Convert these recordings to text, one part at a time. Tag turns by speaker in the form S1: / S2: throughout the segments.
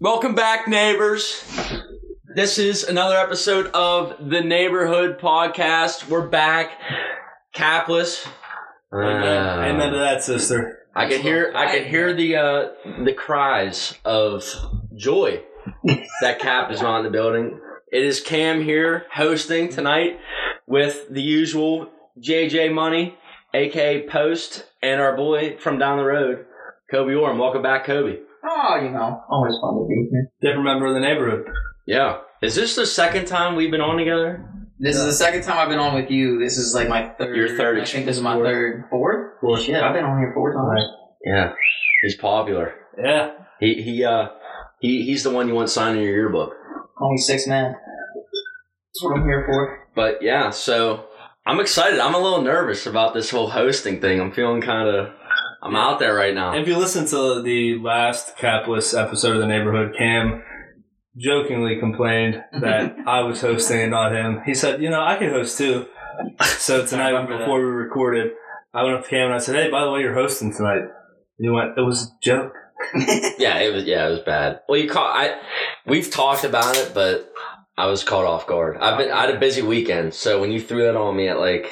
S1: Welcome back, neighbors. This is another episode of the Neighborhood Podcast. We're back, capless. uh,
S2: Amen to that, sister.
S1: I can hear I can hear the uh, the cries of joy that Cap is on the building. It is Cam here hosting tonight with the usual JJ Money, aka Post, and our boy from down the road, Kobe Orm. Welcome back, Kobe.
S3: Oh, you know, always fun to be here.
S2: Different member of the neighborhood.
S1: Yeah. Is this the second time we've been on together?
S3: This is the second time I've been on with you. This is like my third.
S1: Your third
S3: I think this is my
S1: fourth.
S3: third, fourth.
S2: Fourth.
S3: Shit, I've been on here four times.
S1: Yeah. He's popular.
S2: Yeah.
S1: He he uh he he's the one you want signed in your yearbook.
S3: Only six men. That's what I'm here for.
S1: But yeah, so I'm excited. I'm a little nervous about this whole hosting thing. I'm feeling kind of I'm out there right now.
S2: If you listen to the last capless episode of the neighborhood, Cam jokingly complained that I was hosting and not him. He said, "You know, I could host too." So tonight,
S3: remember that.
S2: before we recorded, I went up to Cam and I said, "Hey, by the way, you're hosting tonight." And he went, "It was a joke."
S1: Yeah, it was yeah, it was bad. Well, you caught I we've talked about it, but I was caught off guard. I've been I had a busy weekend, so when you threw that on me at like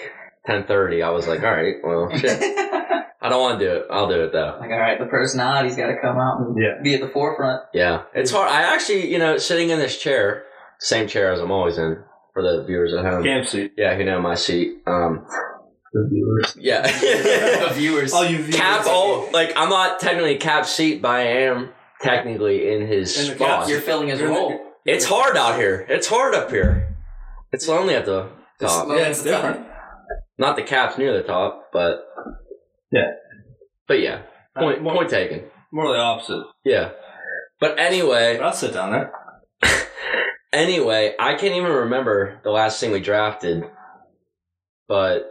S1: 10:30, I was like, "All right, well, shit.
S3: like,
S1: I don't want to do it. I'll do it though."
S3: all right, the personality's got to come out and
S2: Yeah.
S3: be at the forefront.
S1: Yeah, it's hard. I actually, you know, sitting in this chair, same chair as I'm always in for the viewers at home.
S2: Cam seat.
S1: Yeah, who know my seat. Um,
S2: The viewers.
S1: yeah.
S3: viewers.
S2: All you viewers.
S1: cap all like I'm not technically cap seat, but I am technically in his
S2: In the
S1: spot. Oh,
S2: cap,
S3: You're filling his
S2: You're
S3: role.
S2: the-
S1: it's hard out here. It's hard up here. It's lonely at the top.
S3: Slow
S2: Yeah, it's
S3: at the top.
S2: different.
S1: Not the cap's near the top, but
S2: Yeah.
S1: But yeah, point
S2: Uh, more,
S1: point taken.
S2: more the opposite.
S1: Yeah. But
S2: But
S1: anyway,
S2: I'll sit down there.
S1: anyway, I can't even remember the last thing we drafted. But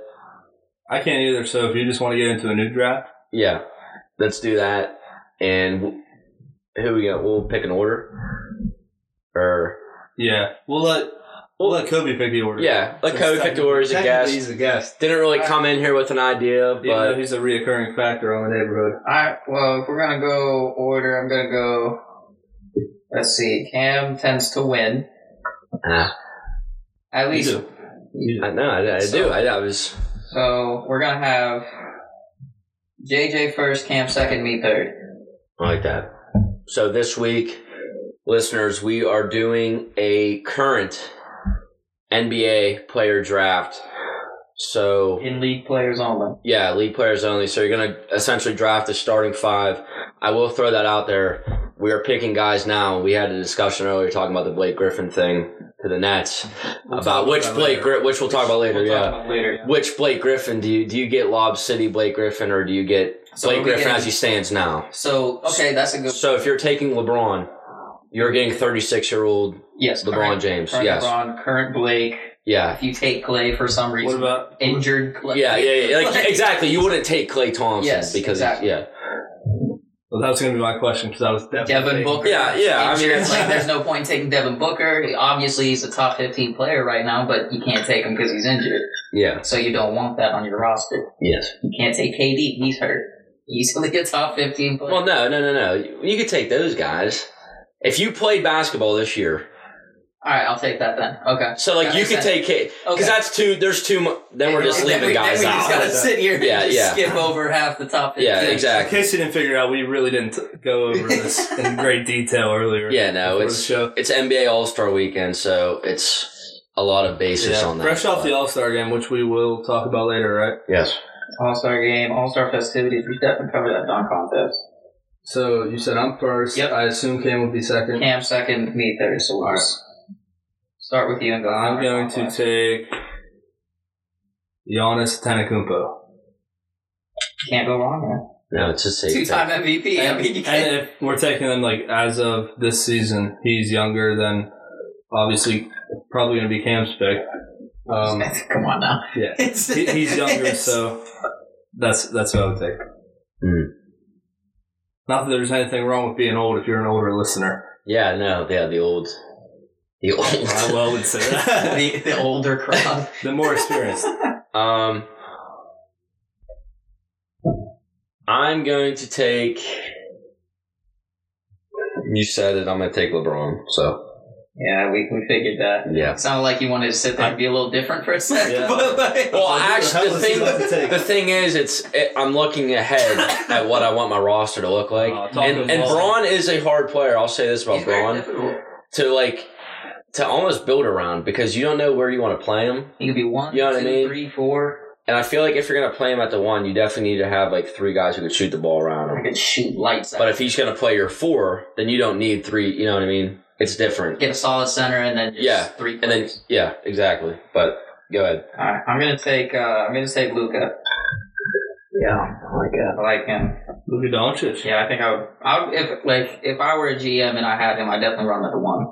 S2: I can't either. So if you just want to get into a new draft,
S1: yeah, let's do that. And w- who we got? We'll pick an order. Or
S2: yeah, we'll let we'll let Kobe pick the order.
S1: yeah, like Cody picked
S2: Technically-
S1: orders as a
S2: technically
S1: guest.
S2: He's a guest,
S1: Didn't really come in here with an idea,
S2: even though
S1: but
S2: he's a reoccurring factor on the neighborhood.
S3: All right, well, if we're going to go order, I'm going to go. Let's see. Cam tends to win.
S1: Ah.
S3: At least
S2: You do. You do.
S1: I know I, I do. I, I was
S3: So we're gonna have JJ first, Cam second, me third.
S1: I like that. So this week, listeners, we are doing a current NBA player draft. So
S3: In league players only.
S1: Yeah, league players only. So you're going to essentially draft a starting five. I will throw that out there. We are picking guys now. We had a discussion earlier talking about the Blake Griffin thing to the Nets
S2: We'll
S1: about
S2: talk
S1: which
S2: about
S1: Blake,
S2: later.
S1: Gri- which we'll talk about later.
S3: We'll
S1: yeah.
S3: talk about later. yeah.
S1: Which Blake Griffin do you do you get Lob City Blake Griffin or do you get
S3: So
S1: Blake
S3: are we
S1: Griffin
S3: getting-
S1: as he stands now?
S3: So okay, that's a good.
S1: So if you're taking LeBron, you're getting 36 year old
S3: yes,
S1: LeBron
S3: current,
S1: James.
S3: current
S1: yes.
S3: LeBron, current Blake.
S1: Yeah.
S3: If you take Clay for some
S2: What
S3: reason,
S2: about
S3: injured Clay.
S1: Yeah, yeah, yeah. Like,
S3: Like-
S1: exactly. You wouldn't take Clay Thompson
S3: Yes,
S1: because
S3: exactly.
S1: yeah.
S2: Well, that was going to be my question because I was definitely
S3: Devin Booker.
S1: Yeah, yeah, I mean,
S3: Injured,
S1: it's-
S3: like there's no point in taking Devin Booker. Obviously, he's a top 15 player right now, but you can't take him because he's injured.
S1: Yeah.
S3: So you don't want that on your roster.
S1: Yes.
S3: You can't take KD. He's hurt. Easily a top 15 player.
S1: Well, no, no, no, no. You you could take those guys. If you played basketball this year,
S3: All right, I'll take that then. Okay.
S1: so like
S3: That
S1: you
S3: makes
S1: could
S3: sense.
S1: take it because that's two. There's two. mu- Then we're just
S3: Then
S1: leaving
S3: we-
S1: guys
S3: then we
S1: out.
S3: just gotta sit here and
S1: Yeah,
S3: just
S1: yeah.
S3: skip over half the top.
S1: Yeah,
S3: fifteen.
S2: In
S1: exactly.
S2: case you didn't figure it out, we really didn't t- go over this in great detail earlier.
S1: Yeah, no,
S2: before
S1: it's-
S2: the show.
S1: It's NBA All Star Weekend, so it's a lot of basis
S2: Yeah.
S1: on that.
S2: Fresh off the All Star game, which we will talk about later, right?
S1: yes,
S3: All Star game, All Star festivities. We should definitely cover that dunk contest.
S2: So you said I'm first.
S3: Yep.
S2: I assume Cam will be second.
S3: Cam second, me third. So we'll just start with you and go.
S2: I'm going to take Giannis Antetokounmpo.
S3: Can't go wrong.
S1: no, it's a safe.
S3: Two time MVP. I
S2: And,
S3: mean, you can't.
S2: and if we're taking them like as of this season, he's younger than uh, obviously probably going to be Cam's pick. Um,
S3: Come on now.
S2: yeah, he, he's younger, so that's that's what I would take.
S1: Hmm.
S2: Not that there's anything wrong with being old if you're an older listener.
S1: thing. Yeah, no, yeah, the old, the
S2: I
S1: old.
S2: well would say that.
S3: the, the older crowd.
S2: the more experienced.
S1: um, I'm going to take. You said it. I'm gonna take LeBron. So
S3: Yeah, we, we figured that.
S1: yeah.
S3: It sounded like you wanted to sit there and be a little different for a sec.
S2: Yeah.
S3: But like,
S1: Well,
S2: Who the hell
S1: actually, the
S2: is he about to
S1: thing
S2: take?
S1: the thing is, it's it, I'm looking ahead at what I want my roster to look like,
S2: Aw, Uh, talk
S1: and
S2: to
S1: and
S2: Paul.
S1: Braun is a hard player. I'll say this about
S3: he's very
S1: Braun
S3: difficult.
S1: to like to almost build around because you don't know where you want to play him.
S3: He could be one,
S1: You know what I
S3: two,
S1: mean?
S3: three, four.
S1: And I feel like if you're gonna play him at the one, you definitely need to have like three guys who could shoot the ball around
S3: I
S1: him.
S3: could shoot lights out.
S1: But if he's gonna play your four, then you don't need three. You know what I mean? It's different.
S3: Get a solid center and then just
S1: Yeah,
S3: three
S1: And then
S3: players.
S1: yeah, exactly. But go ahead.
S3: All right, I'm gonna take uh, I'm gonna take Luca.
S2: Yeah, I like that.
S3: I like him.
S2: Look at Doncic.
S3: Yeah, I think I would. I would if like if I were a GM and I had him, I'd definitely run with the one.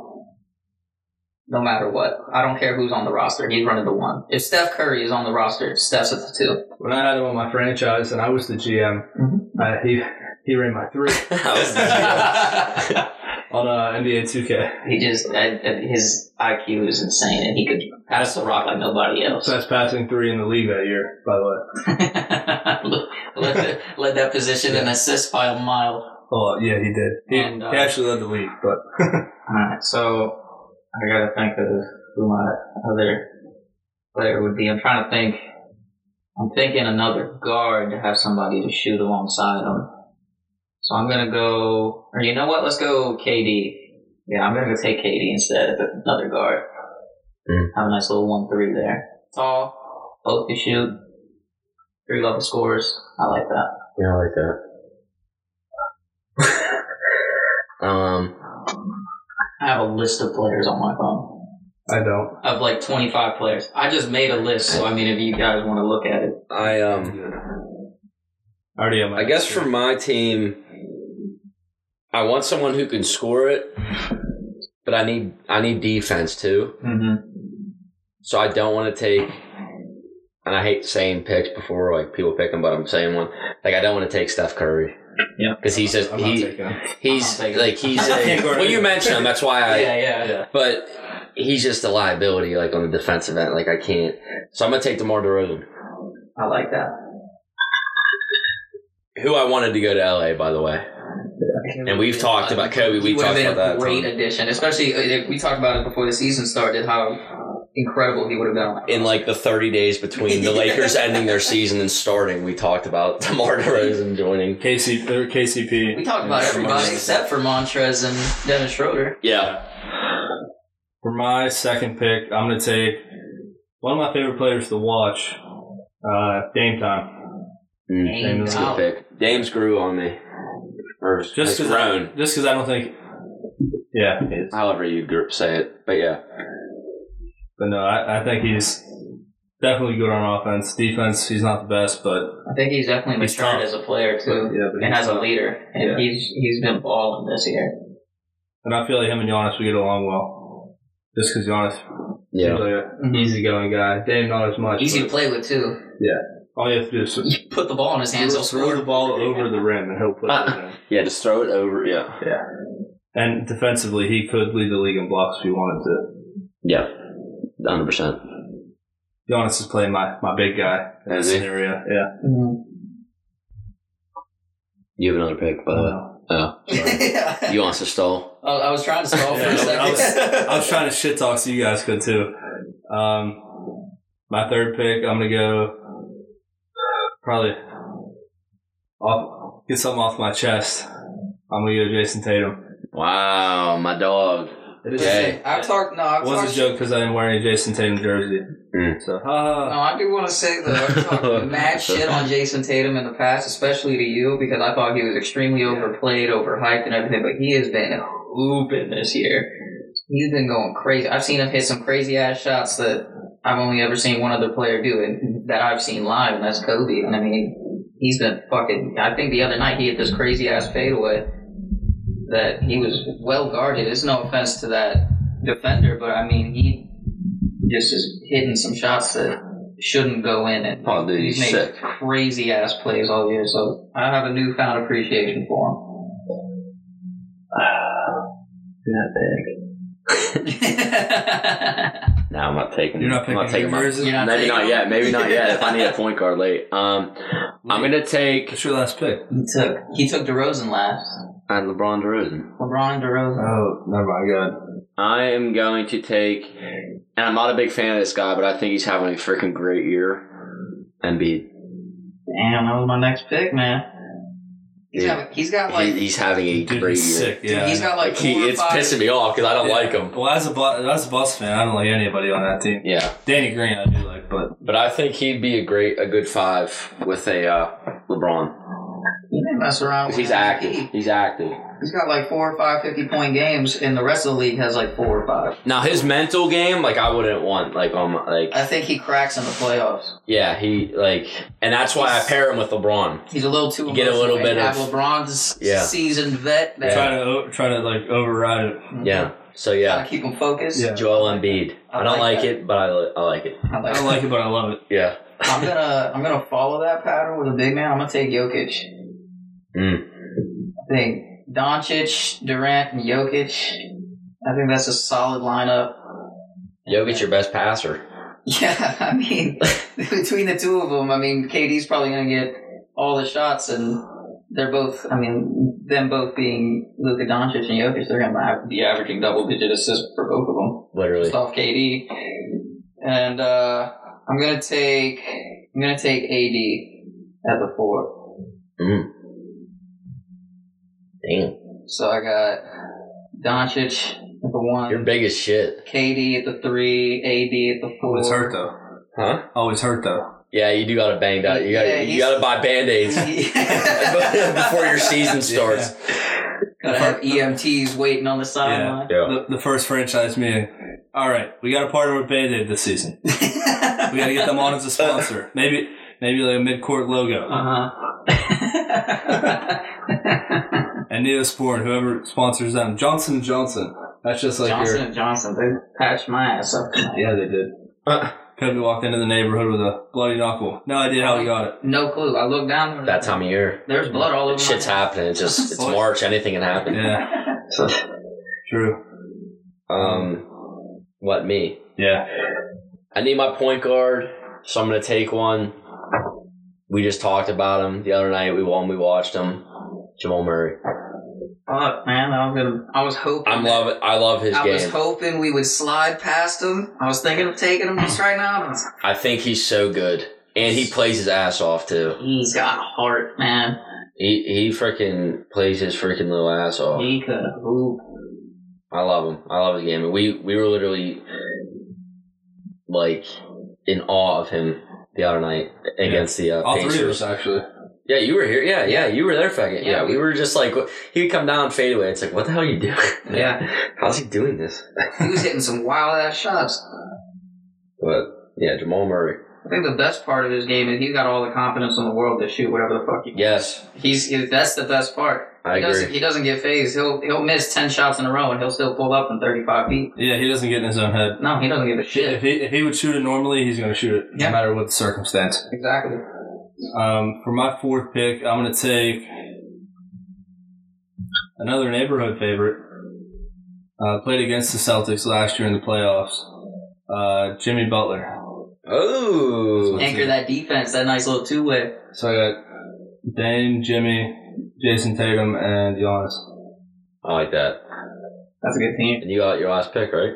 S3: No matter what, I don't care who's on the roster. He's running the one. If Steph Curry is on the roster, Steph's at the two.
S2: When I had him on my franchise and I was the GM,
S3: Mhm.
S2: uh, he he ran my three on uh, NBA 2K.
S3: He just I, I- his IQ is insane, and he could pass the rock like nobody else.
S2: Best passing three in the league that year, by the way.
S3: Look, led, the, led that position in assists by a mile.
S2: Oh yeah, he did. He,
S3: And, uh,
S2: he actually led the league, but
S3: Alright, so I gotta think of who my other player would be. I'm trying to think. I'm thinking another guard to have somebody to shoot alongside him. So I'm gonna go, or you know what? Let's go KD. Yeah, I'm gonna go take KD instead of another guard.
S1: Mm.
S3: Have a nice little one-three there. Tall, both can shoot, three level scores. I like that.
S1: Yeah, I like that. um,
S3: I have a list of players on my phone
S2: I don't.
S3: of like 25 players. I just made a list, so I mean, if you guys want to look at it,
S1: I um,
S2: I already have my.
S1: I guess for my team, I want someone who can score it, but I need I need defense too.
S3: mm-hmm.
S1: So I don't want to take. And I hate saying picks before like people pick them, but I'm saying one. Like I don't want to take Steph Curry.
S3: Yeah.
S1: because he's just
S2: I'm not
S1: he,
S2: taking him.
S1: he's
S3: I'm not taking
S1: like
S3: him.
S1: he's
S2: I can't
S1: a,
S2: guard
S1: well you
S2: him.
S1: mentioned him. That's why I
S3: yeah, yeah.
S1: But he's just a liability, like on the defensive end. Like I can't. So I'm gonna take DeMar DeRozan,
S3: I like that.
S1: who I wanted to go to LA, by the way. And we've talked about Kobe.
S3: He
S1: We
S3: would've
S1: talked
S3: been
S1: about that.
S3: a
S1: a
S3: great
S1: ton.
S3: addition, especially uh, we talked about it before the season started. How uh, incredible he would have been. on that
S1: In like the 30 days between the Lakers ending their season and starting, we talked about DeMar DeRozan joining.
S2: KC or KCP.
S3: we talked about
S2: Yeah.
S3: everybody except for Montrez and Dennis Schroeder.
S1: Yeah,
S2: For my second pick, I'm gonna take one of my favorite players to watch. Uh, Dame time.
S1: mm,
S3: Dame
S1: that's a
S3: Time.
S1: good pick. Dames grew on me, or
S2: Just
S1: just
S2: because
S1: grown.
S2: I, just 'cause I don't think. Yeah, he is.
S1: However you gr- say it, but yeah,
S2: but no, I, I think he's definitely good on offense. Defense, he's not the best, but
S3: I think he's definitely
S2: He's
S3: matured
S2: tough.
S3: as a player too,
S2: Yeah, but
S3: and
S2: he's
S3: as a leader. And
S2: Yeah.
S3: he's he's been balling this year.
S2: and I feel like him and Giannis would get along well. Just because Giannis
S1: yeah.
S2: seems like an
S3: Mhm.
S2: easygoing guy. Dame not as much.
S3: Easy to
S2: but
S3: play with too.
S2: All you have to do is
S3: You put the ball in his hands, he'll
S2: throw
S3: score.
S2: the ball over the rim and he'll put it in.
S1: Yeah, just throw it over. Yeah,
S2: And defensively, he could lead the league in blocks if he wanted to.
S1: yeah, hundred percent.
S2: Giannis is playing my, my big guy in this
S1: Is he?
S2: scenario. Yeah.
S3: Mhm.
S1: You have another pick, by the way. Oh,
S3: yeah.
S1: you also stole.
S3: Oh, I was trying to stall for
S2: Yeah,
S3: a
S2: I was-
S3: second.
S2: I was trying to shit talk so you guys could too. Um, my third pick, I'm gonna go probably off get something off my chest. I'm gonna go Jason Tatum.
S1: Wow, my dog.
S2: It
S1: Yay.
S3: I've talked. No,
S2: It
S3: I've
S2: was
S3: talked.
S2: a joke because I didn't wear any Jason Tatum jersey.
S1: Mm.
S2: So, ha
S3: No,
S2: ha.
S3: I do want to say though, I've talked mad shit on Jason Tatum in the past, especially to you, because I thought he was extremely overplayed, overhyped, and everything. But he has been hooping this year. He's been going crazy. I've seen him hit some crazy ass shots that I've only ever seen one other player do, and that I've seen live, and that's Kobe. And I mean, he's been fucking. I think the other night he hit this crazy ass fadeaway that he was well guarded. It's no offense to that defender, but I mean, he just is hitting some shots that shouldn't go in. And
S1: Oh, dude, he's
S3: made
S1: sick.
S3: crazy ass plays all year, so I have a newfound appreciation for him.
S1: No, I'm not taking.
S2: You're not
S1: I'm not
S2: picking
S1: taking my,
S2: yours.
S3: You're not
S1: Maybe
S3: taking
S1: not
S3: him?
S1: yet. Maybe not yet. If I need a point guard late, um, I'm gonna take
S2: It's your last pick.
S3: He took he took DeRozan last.
S1: uh, LeBron DeRozan.
S3: LeBron and DeRozan.
S2: Oh, never mind.
S1: I am going to take, and I'm not a big fan of this guy, but I think he's having a freaking great year. Embiid.
S3: Damn, that was my next pick, man. He's
S1: Yeah.
S3: got he's got
S1: He,
S3: like
S1: he's having a
S2: God. Dude,
S1: great year.
S2: he's sick. Yeah.
S3: he's got like
S1: Like, he,
S3: four or
S1: it's
S3: five-
S1: pissing me off because I don't
S2: Yeah.
S1: like him.
S2: Well, as a Bo- as a Boston fan, I don't like anybody on that team.
S1: Yeah,
S2: Danny Green, I do like, but
S1: but I think he'd be a great, a good five with a uh, LeBron.
S3: He may mess around.
S1: 'Cause
S3: With
S1: He's
S3: MVP.
S1: active. He's active.
S3: He's got like four or five 50 point games, and the rest of the league has like four or five.
S1: Now his mental game, like I wouldn't want, like on my, like
S3: I think he cracks in the playoffs.
S1: yeah, he like, and that's why I pair him with LeBron.
S3: He's a little too.
S1: You get a little
S3: emotional.
S1: bit
S3: have
S1: of-
S3: LeBron's
S1: Yeah.
S3: seasoned vet. That, Mm-hmm.
S2: trying to o- trying to like override it.
S1: Yeah. So yeah,
S3: Gotta keep him focused.
S2: Yeah.
S1: Joel Embiid.
S3: I
S1: I don't
S3: like
S1: like
S3: that.
S1: it, but I, li- I like it.
S3: I
S2: I
S3: like
S2: don't
S3: it.
S2: like it, but I love it.
S1: Yeah.
S3: I'm gonna I'm gonna follow that pattern with a big man. I'm gonna take Jokic.
S1: Mm.
S3: I think Doncic, Durant, and Jokic. I think that's a solid lineup.
S1: Jokic's your best passer.
S3: Yeah, I mean, between the two of them, I mean, KD's probably going to get all the shots, and they're both, I mean, them both being Luka Doncic and Jokic, they're going to be averaging double digit assists for both of them.
S1: Literally.
S3: Just off KD. And uh, I'm going to take, I'm going to take AD at the four.
S1: Mm. Damn.
S3: So I got Doncic at the one,
S1: You're big as shit.
S3: KD at the three, AD at the four.
S2: Always hurt though.
S1: Huh?
S2: Always hurt though.
S1: Yeah, you do gotta bang that. You gotta
S3: Yeah,
S1: you
S3: he's-
S1: gotta buy band-aids before your season starts.
S3: Gotta have EMTs waiting on the sideline.
S1: Yeah.
S2: The, the first franchise meeting. All right, we got to partner with Band Aid this season. We got to get them on as a sponsor. Maybe maybe like a mid court logo.
S3: Uh huh.
S2: And Neosporin, whoever sponsors them, Johnson Johnson. That's just like
S3: Johnson
S2: your.
S3: and Johnson, they patched my ass up. tonight.
S2: Yeah, they did. Kobe walked into the neighborhood with a bloody knuckle. No idea how he got it.
S3: No clue. I looked down. there-
S1: that time of year.
S3: There's blood all over.
S1: Shit's
S3: my
S1: happening. It's just it's
S2: Fuck.
S1: March, anything can happen.
S2: Yeah, true.
S1: Um what me?
S2: Yeah,
S1: I need my point guard, so I'm gonna take one. We just talked about him the other night. We won. We watched him. Jamal Murray.
S3: Fuck, man. I was gonna. I was hoping.
S1: I'm
S3: that-
S1: love. I love his
S3: I was
S1: game.
S3: hoping we would slide past him. I was thinking of taking him just right now. and I was like,
S1: I think he's so good, and he plays his ass off too.
S3: He's got heart, man.
S1: He he freaking plays his freaking little ass off.
S3: He could hoop.
S1: I love him. I love his game. And we we were literally like in awe of him the other night against the uh,
S2: all three of
S1: Pacers.
S2: us actually.
S1: Yeah, you were here. Yeah, yeah, you were there, fucking. Yeah,
S3: Yeah,
S1: we were just like he would come down and fade away. It's like what the hell are you doing?
S3: Yeah.
S1: how's he doing this?
S3: he was hitting some wild ass shots.
S1: But yeah, Jamal Murray.
S3: I think the best part of his game is he's got all the confidence in the world to shoot whatever the fuck he.
S1: Yes,
S3: He's he- that's the best part.
S1: I
S3: he Doesn't,
S1: agree.
S3: he doesn't get phased. He'll he'll miss ten shots in a row and he'll still pull up from thirty five feet.
S2: Yeah, he doesn't get in his own head.
S3: No, he doesn't give a
S2: If
S3: shit.
S2: he if he would shoot it normally, he's gonna shoot it
S3: Yeah.
S2: no matter what the circumstance.
S3: Exactly.
S2: Um, for my fourth pick, I'm gonna take another neighborhood favorite. Uh, played against the Celtics last year in the playoffs. Uh, Jimmy Butler.
S1: Oh,
S3: Anchor that defense. That nice little two way.
S2: So I got Dame, Jimmy, Jason Tatum, and Giannis.
S1: I like that.
S3: That's a good team.
S1: And you got your last pick, right?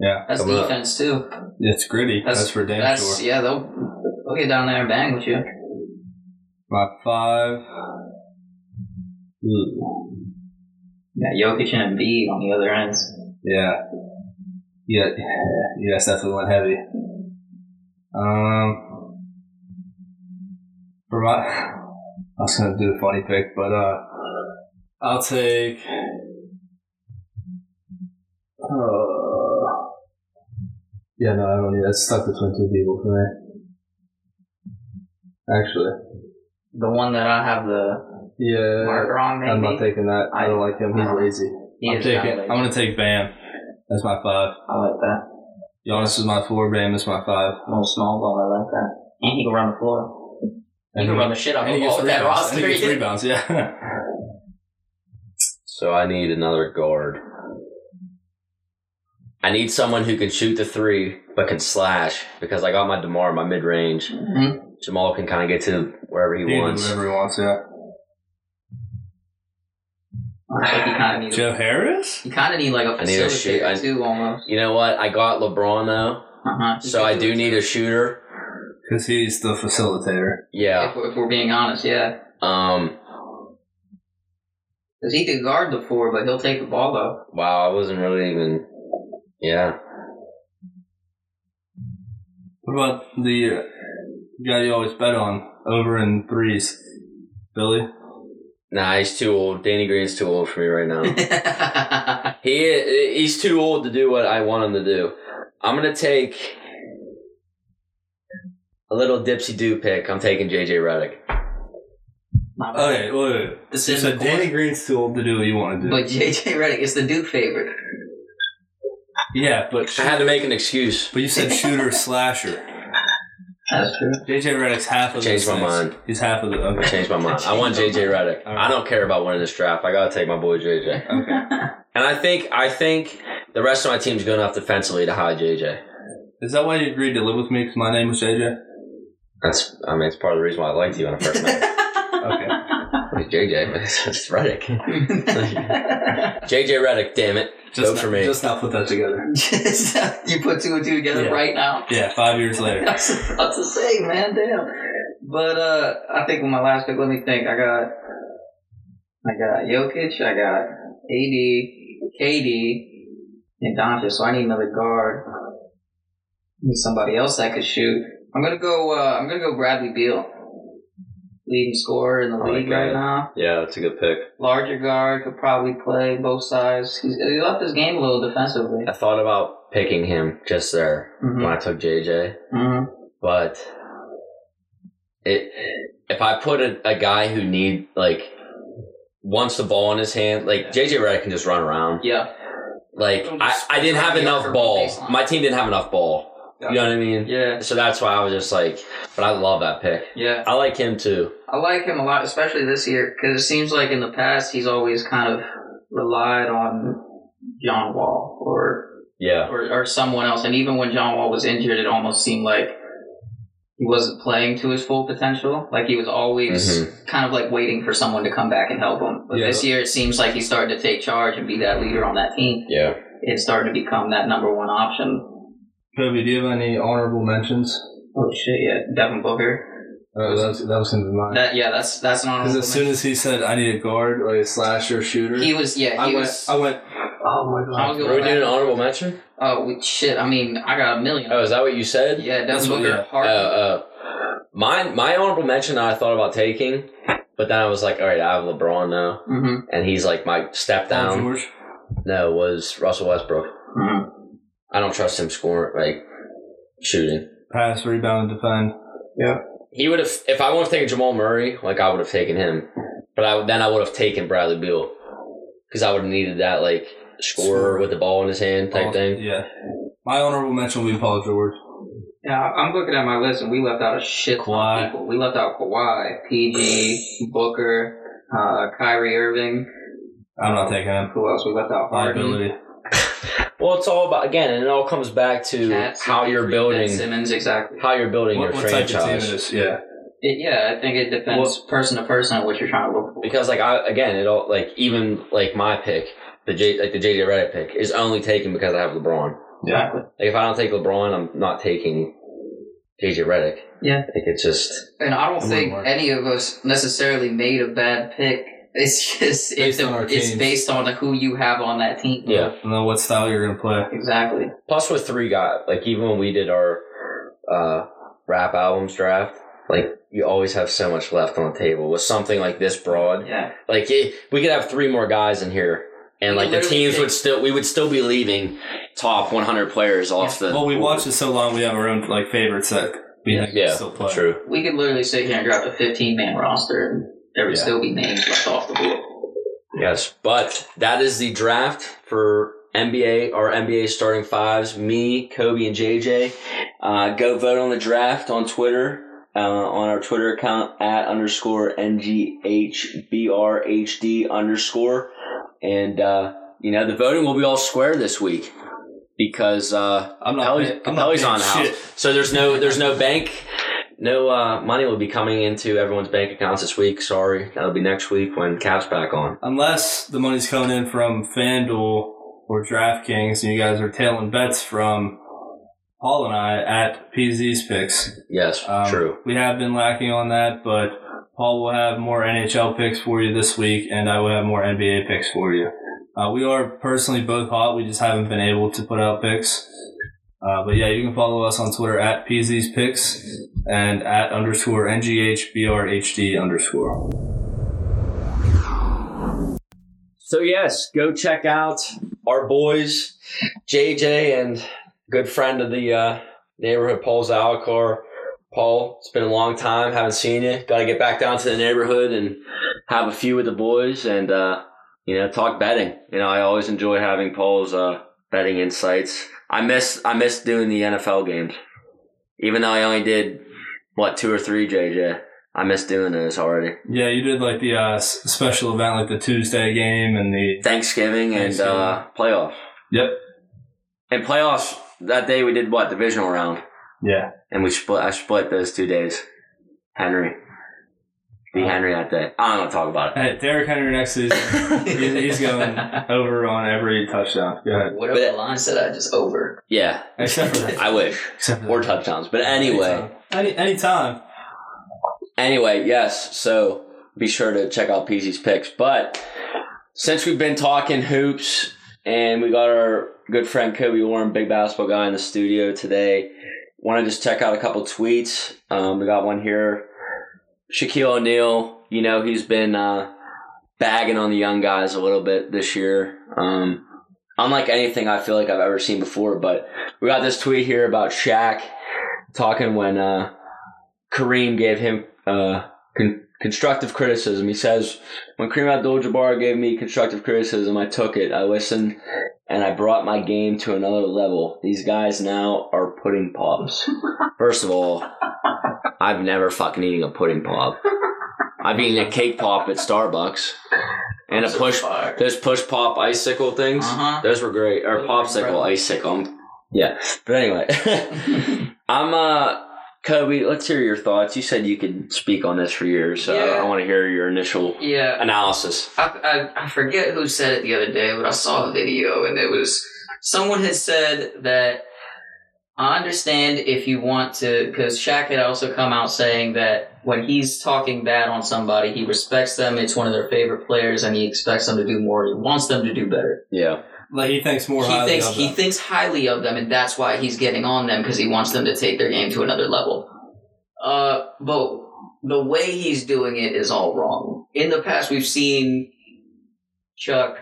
S2: Yeah,
S3: That's
S1: Come on.
S3: defense too.
S2: it's gritty. That's, for damn
S3: that's,
S2: sure.
S3: Yeah, they'll they'll get down there and bang with you.
S2: My five. Ooh.
S3: Yeah, Jokic and Embiid on the other ends.
S2: Yeah. Yeah. Yes, that's the one heavy. Um. For my, I was gonna do a funny pick, but uh, I'll take. Uh, yeah, no, I don't need that. Stuck between two people for me. Actually,
S3: The one that I have the
S2: yeah,
S3: marker on. Maybe.
S2: I'm not taking that. I don't like him. He's lazy.
S3: He
S2: I'm
S3: is kinda
S2: taking.
S3: lazy.
S2: I'm gonna take Bam. That's my five.
S3: I like that.
S2: Giannis is my four, Bam is my five.
S3: A little small ball. I like that. And he can run the floor. You can run the shit out
S2: and
S3: of
S2: he
S3: the ball
S2: gets
S3: with that
S2: rebounds.
S3: roster.
S2: And he gets rebounds, yeah.
S1: So I need another guard. I need someone who can shoot the three but can slash because I got my Demar, my mid range.
S3: Mhm.
S1: Jamal can kind of get to wherever he
S2: He can do
S1: wants.
S2: whatever he wants, yeah.
S3: Like you kind of need. A,
S2: Joe Harris?
S3: you kind of need like a
S1: I need a shoot-
S3: facilitator
S1: I-
S3: too, almost.
S1: You know what? I got LeBron though,
S3: Uh-huh.
S1: so I do need a shooter.
S2: Because he's the facilitator.
S1: Yeah.
S3: If, if we're being honest, yeah,
S1: Um.
S3: because he could guard the four, but he'll take the ball up.
S1: Wow, I wasn't really even. Yeah.
S2: What about the uh, guy you always bet on? Over in threes. Billy?
S1: Nah, he's too old. Danny Green's too old for me right now.
S3: yeah,
S1: He he's too old to do what I want him to do. I'm gonna take a little dipsy do pick. I'm taking JJ Redick. Oh,
S2: Okay, wait, wait, wait.
S3: This
S2: You
S3: is
S2: said Danny Green's too old to do what you want to do.
S3: But JJ Redick is the Duke favorite.
S2: yeah, but
S1: I had to make an excuse.
S2: but you said shooter slasher.
S3: That's true.
S2: JJ Redick's half of
S1: I changed
S2: those
S1: my
S2: things.
S1: mind.
S2: He's half of the
S1: I
S2: okay.
S1: changed my mind. I want JJ Redick. I don't care about winning this draft. I gotta take my boy JJ. And I think I think the rest of my team's good enough defensively to hide JJ.
S2: Is that why you agreed to live with me? Because my name was JJ.
S1: That's I mean it's part of the reason why I liked you when I first met.
S2: Okay.
S1: you. Like, JJ, but it's, it's Redick. JJ Redick, damn it. Vote
S2: now-
S1: for me.
S2: Just now put that together.
S3: Just you put two and two together
S2: Yeah.
S3: right now.
S2: Yeah, five years later.
S3: I was about to say, man, damn. But uh, I think with my last pick, let me think. I got, I got Jokic, I got AD, KD, and Doncic. So I need another guard. Need somebody else that could shoot. I'm gonna go. Uh, I'm gonna go Bradley Beal, leading scorer in the
S1: I like
S3: league right
S1: that.
S3: now.
S1: Yeah, that's a good pick.
S3: Larger guard could probably play both sides. He's, he left his game a little defensively. Mm-hmm.
S1: I thought about picking him just there when I took JJ,
S3: Mhm.
S1: but it if I put a, a guy who need like wants the ball in his hand, like JJ Redick can just run around.
S3: Yeah.
S1: Like I, I didn't have enough ball. My team didn't have enough ball. You know what I mean?
S3: Yeah.
S1: So that's why I was just like, but I love that pick.
S3: Yeah.
S1: I like him too.
S3: I like him a lot, especially this year, because it seems like in the past he's always kind of relied on John Wall or,
S1: Yeah.
S3: or or someone else. And even when John Wall was injured, it almost seemed like he wasn't playing to his full potential. Like he was always kind of like waiting for someone to come back and help him. But
S2: Mm-hmm. Yeah.
S3: this year, it seems like he's starting to take charge and be that leader on that team.
S1: Yeah.
S3: It's starting to become that number one option.
S2: Kobe, do you have any honorable mentions?
S3: Oh shit! Yeah, Devin Booker.
S2: Oh, that was, that was in mine.
S3: That yeah, that's that's an
S2: Because
S3: honorable.
S2: as soon as he said, "I need a guard or a slasher shooter,"
S3: mention. he was yeah he
S2: I went.
S3: was.
S2: I went. Oh my
S3: I
S1: Are
S2: god!
S3: was going
S1: we doing
S3: back-
S1: an honorable mention?
S3: Oh we- shit! I mean, I got a million.
S1: Oh, is that what you said?
S3: yeah,
S2: That's
S3: Devin
S2: what-
S3: Booker.
S2: yeah.
S1: Uh,
S3: Hard.
S1: uh, my my honorable mention that I thought about taking, but then I was like, all right, I have LeBron now,
S3: mm-hmm.
S1: and he's like my step
S2: Paul
S1: down.
S2: George.
S1: No, was Russell Westbrook.
S3: Mm-hmm.
S1: I don't trust him scoring like shooting.
S2: Pass, rebound, and defend.
S1: He would have if I would have taken Jamal Murray, like I would have taken him, but I then I would have taken Bradley Beal because I would have needed that like scorer
S2: Scorer.
S1: with the ball in his hand type
S2: Paul-
S1: thing.
S2: Yeah. My honorable mention would be Paul George.
S3: Yeah, I'm looking at my list and we left out a shit ton
S2: Kawhi.
S3: of people. We left out Kawhi, PG, Booker, uh, Kyrie Irving.
S2: I'm not taking him.
S3: Who else? We left out Harden.
S2: Liability.
S1: Well, it's all about again, and it all comes back to
S3: Cat,
S1: how you're
S3: Ben
S1: building,
S3: Simmons, exactly.
S1: how you're building
S2: What,
S1: your
S2: what type of team it
S1: franchise.
S2: is? Yeah.
S3: It, yeah, I think it depends person to person on what you're trying to look for.
S1: because like I again it all like even like my pick the J like the JJ Reddick pick is only taken because I have LeBron.
S2: Yeah.
S3: Exactly.
S1: Like if I don't take LeBron, I'm not taking JJ Reddick.
S3: Yeah.
S1: like it's just
S3: And I don't
S2: It
S3: think
S2: wouldn't work.
S3: any of us necessarily made a bad pick. It's just
S2: Based
S3: it's,
S2: on our
S3: it's
S2: teams.
S3: based on who you have on that team.
S1: yeah.
S2: And then what style you're gonna play?
S3: Exactly.
S1: Plus with three guys, like even when we did our uh rap albums draft, like you always have so much left on the table with something like this broad.
S3: Yeah.
S1: Like it, we could have three more guys in here. And
S3: We
S1: like the
S3: literally
S1: teams
S3: pick-
S1: would still, we would still be leaving top 100 players off the.
S2: Well, we watched it so long, we have our own like favorites that we
S1: Yeah,
S2: can
S1: yeah
S2: still play.
S1: true.
S3: We could literally sit here and drop a 15 man roster and there would
S2: Yeah.
S3: still be names left off the board.
S1: Yes, but that is the draft for NBA our NBA starting fives. Me, Kobe, and JJ. Uh, go vote on the draft on Twitter. Uh, on our Twitter account at underscore NGHBRHD underscore. And, uh, you know, the voting will be all square this week. because uh,
S2: I'm not
S1: Pelly's,
S2: paying- I'm not
S1: Pelly's
S2: paying
S1: on the house.
S2: shit.
S1: So there's no there's no bank, no uh, money will be coming into everyone's bank accounts this week. Sorry, that'll be next week when Cap's back on.
S2: Unless the money's coming in from FanDuel or DraftKings and you guys are tailing bets from Paul and I at PZ's picks.
S1: Yes,
S2: Um,
S1: true.
S2: We have been lacking on that, but Paul will have more NHL picks for you this week, and I will have more NBA picks for you. Uh, we are personally both hot. We just haven't been able to put out picks. Uh, but yeah, you can follow us on Twitter at PZ's Picks and at underscore NGHBRHD underscore.
S1: So yes, go check out our boys, JJ and good friend of the uh, neighborhood, Paul Zalakar. Paul, it's been a long time, haven't seen you. Got to get back down to the neighborhood and have a few with the boys and uh, you know talk betting. You know, I always enjoy having Paul's uh, betting insights. I miss I miss doing the NFL games, even though I only did what two or three, JJ. I miss doing those already.
S2: Yeah, you did like the uh, s- special event, like the Tuesday game and the.
S1: Thanksgiving and uh, playoffs.
S2: Yep.
S1: And playoffs that day we did what divisional round,
S2: Yeah.
S1: and we split. I split those two days. Henry, be
S2: Uh-huh.
S1: Henry that day. I don't want to talk about it.
S2: Hey, Derrick Henry next season. he's, he's going over on every touchdown. Go ahead.
S3: Whatever
S1: But-
S3: the line said, I just over.
S1: Yeah,
S2: Except for that.
S1: I wish
S2: Except for
S1: more
S2: that.
S1: touchdowns. But anyway,
S2: Any anytime.
S1: anyway, yes. So be sure to check out PZ's picks. But since we've been talking hoops, and we got our good friend Kobe Warren, big basketball guy, in the studio today. Want to just check out a couple tweets. Um, we got one here. Shaquille O'Neal, you know, he's been uh, bagging on the young guys a little bit this year. Um, unlike anything I feel like I've ever seen before, but we got this tweet here about Shaq talking when uh, Kareem gave him uh, con- constructive criticism. He says, When Kareem Abdul Jabbar gave me constructive criticism, I took it. I listened and I brought my game to another level. These guys now are pudding pops. First of all, I've never fucking eaten a pudding pop. I've eaten a cake pop at Starbucks and a push
S3: Fire.
S1: those push pop icicle things.
S3: Uh-huh.
S1: Those were great. Or
S3: Those were
S1: popsicle
S3: incredible.
S1: icicle. I'm- Yeah. But anyway, I'm uh Kobe. Let's hear your thoughts. You said you could speak on this for years, so
S3: Yeah.
S1: I, want to hear your initial
S3: Yeah.
S1: analysis.
S3: I, I, I forget who said it the other day, but I saw a video and it was someone had said that I understand if you want to, because Shaq had also come out saying that when he's talking bad on somebody, he respects them, it's one of their favorite players, and he expects them to do more, he wants them to do better.
S1: Yeah.
S2: Like he thinks more
S3: he
S2: highly
S3: thinks
S2: of
S3: he
S2: them.
S3: thinks highly of them, and that's why he's getting on them because he wants them to take their game to another level. Uh, but the way he's doing it is all wrong. In the past, we've seen Chuck,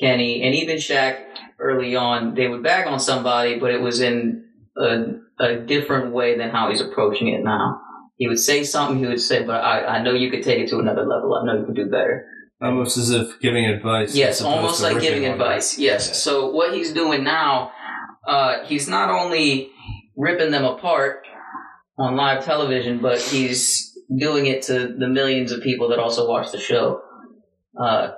S3: Kenny, and even Shaq early on. They would bag on somebody, but it was in a, a different way than how he's approaching it now. He would say something. He would say, "But I, I know you could take it to another level. I know you can do better."
S2: almost as if giving advice.
S3: Yes,
S2: as opposed
S3: almost
S2: to
S3: like
S2: ripping
S3: giving
S2: on them.
S3: advice. Yes.
S2: Yeah.
S3: So what he's doing now, uh, he's not only ripping them apart on live television, but he's doing it to the millions of people that also watch the show. Uh,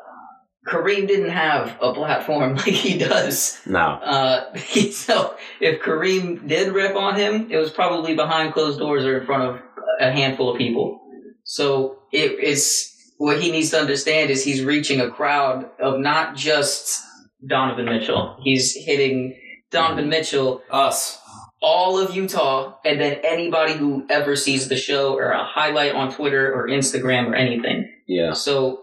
S3: Kareem didn't have a platform like he does.
S1: No.
S3: Uh, so if Kareem did rip on him, it was probably behind closed doors or in front of a handful of people. So it is what he needs to understand is he's reaching a crowd of not just Donovan Mitchell. He's hitting Donovan Mitchell,
S2: Us.
S3: all of Utah, and then anybody who ever sees the show or a highlight on Twitter or Instagram or anything.
S1: Yeah.
S3: So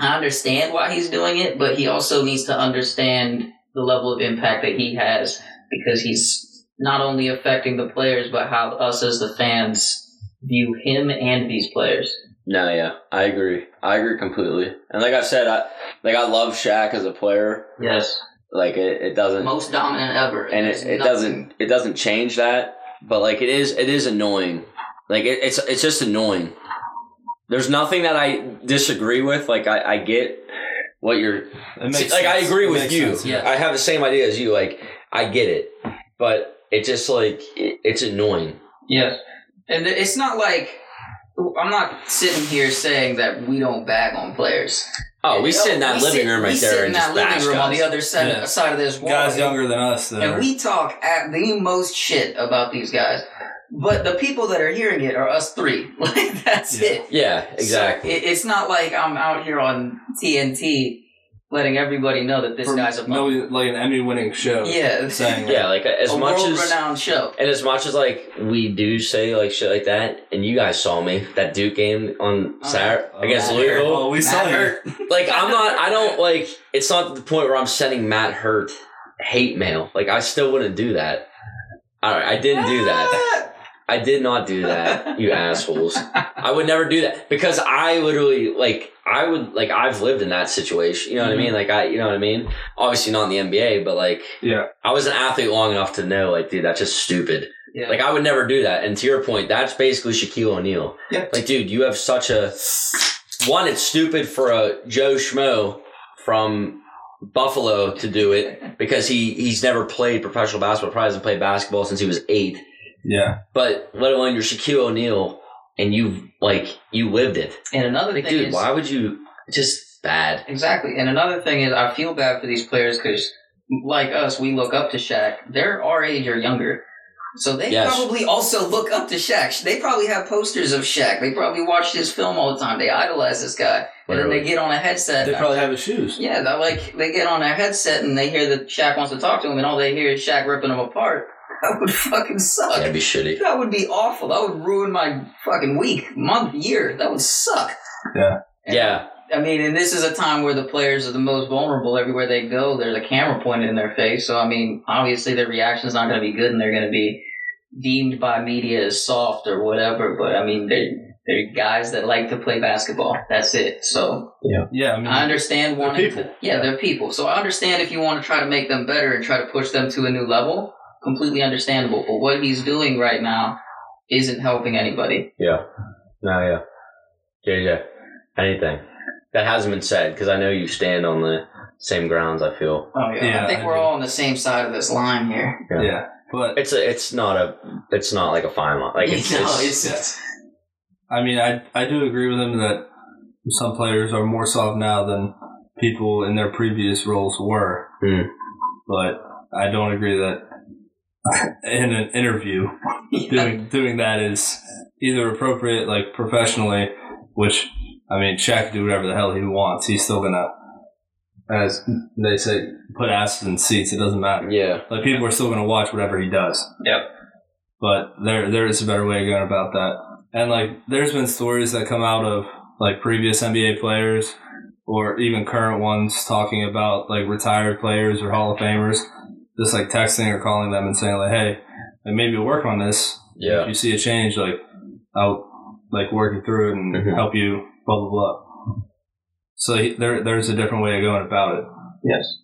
S3: I understand why he's doing it, but he also needs to understand the level of impact that he has because he's not only affecting the players, but how us as the fans view him and these players.
S1: No. Yeah. I agree. I agree completely. And like I said, I like I love Shaq as a player.
S3: Yes.
S1: Like it, it doesn't.
S3: Most dominant ever.
S1: and
S3: There's
S1: it, it
S3: nothing-
S1: doesn't it doesn't change that but like it is it is annoying like it, it's it's just annoying there's nothing that i disagree with like i, I get what you're
S2: It makes
S1: like i
S2: sense.
S1: agree
S2: It
S1: with
S2: makes
S1: you
S2: sense, yeah.
S3: Yeah.
S1: i have the same idea as you like i get it but it just like it, it's annoying
S3: Yeah. And th- it's not like I'm not sitting here saying that we don't bag on players.
S1: Oh, we sit in that living room right
S3: we
S1: there
S3: sit in
S1: and
S3: that
S1: just
S3: living
S1: bash
S3: room on
S1: guys.
S3: the other side,
S2: Yeah.
S3: side of this wall.
S2: Guys
S3: and-
S2: younger than us, though.
S3: And we talk at the most shit about these guys. But the people that are hearing it are us three. Like, that's
S2: Yeah.
S3: it.
S1: Yeah,
S3: So
S1: exactly.
S3: it- it's not like I'm out here on TNT letting everybody know that this
S2: From
S3: guy's a bum.
S2: nobody like an Emmy-winning show.
S3: yeah,
S2: Saying like,
S1: yeah, like as
S3: a
S1: much as
S3: world-renowned show.
S1: And as much as like we do say like shit like that, and you guys saw me that Duke game on
S3: Oh,
S1: Saturday
S2: oh,
S1: against
S3: that
S1: Louisville.
S2: Oh, we
S3: Matt
S2: saw you.
S3: Hurt.
S1: Like I'm not, I don't like. It's not the point where I'm sending Matt Hurt hate mail. Like I still wouldn't do that. All right, I didn't do that. I did not do that. You assholes. I would never do that because I literally like I would like I've lived in that situation. You know what I mean? Like I, you know what I mean? Obviously not in the NBA, but like
S2: Yeah.
S1: I was an athlete long enough to know like, dude, that's just stupid.
S3: Yeah.
S1: Like I would never do that. And to your point, that's basically Shaquille O'Neal.
S3: Yeah.
S1: Like, dude, you have such a one. It's stupid for a Joe Schmo from Buffalo to do it because he he's never played professional basketball. Probably hasn't played basketball since he was eight.
S2: Yeah.
S1: But let alone you're Shaquille O'Neal and you like you lived it.
S3: and another
S1: Like,
S3: thing
S1: dude,
S3: is,
S1: why would you? Just bad.
S3: Exactly. And another thing is, I feel bad for these players because, like us, we look up to Shaq. They're our age or younger. So they
S1: Yes.
S3: probably also look up to Shaq. They probably have posters of Shaq. They probably watch his film all the time. They idolize this guy. And then
S1: Literally.
S3: they get on a headset.
S2: They probably have his shoes.
S3: yeah, they like they get on a headset and they hear that Shaq wants to talk to him, and all they hear is Shaq ripping them apart. That would fucking suck.
S1: That'd be shitty.
S3: That would be awful. That would ruin my fucking week, month, year. That would suck.
S2: Yeah.
S3: And-
S1: Yeah,
S3: I mean, and this is a time where the players are the most vulnerable. Everywhere they go, there's a camera pointed in their face. So, I mean, obviously their reaction's not going to be good, and they're going to be deemed by media as soft or whatever. But I mean, they're they're guys that like to play basketball. That's it. So
S2: Yeah. I mean,
S3: I understand
S2: Mm-hmm. they're
S3: wanting
S2: people.
S3: to. Yeah, they're people. So I understand if you want to try to make them better and try to push them to a new level. Completely understandable. But what he's doing right now isn't helping anybody.
S1: yeah, no, yeah. JJ, anything that hasn't been said because I know you stand on the same grounds. I feel.
S3: Oh yeah,
S2: Yeah,
S3: I think
S2: I
S3: we're
S2: do.
S3: all on the same side of this line here.
S1: Yeah.
S2: yeah. But
S1: It's a, it's not a, it's not like a fine line. Like it's,
S3: No,
S1: it's,
S3: it's-
S2: I mean, I I do agree with him that some players are more soft now than people in their previous roles were.
S1: Hmm.
S2: But I don't agree that in an interview doing doing that is either appropriate, like professionally, which I mean, Shaq can do whatever the hell he wants. He's still gonna, as they say, put asses in seats. It doesn't matter.
S1: yeah,
S2: Like people are still gonna watch whatever he does.
S3: Yep.
S2: But there there is a better way of going about that. And like there's been stories that come out of like previous NBA players or even current ones talking about like retired players or Hall of Famers, just like texting or calling them and saying like, Hey, like, maybe work on this.
S1: yeah,
S2: If you see a change, like I'll like work you through it and
S1: Mhm.
S2: help you, blah blah blah. So he, there, there's a different way of going about it.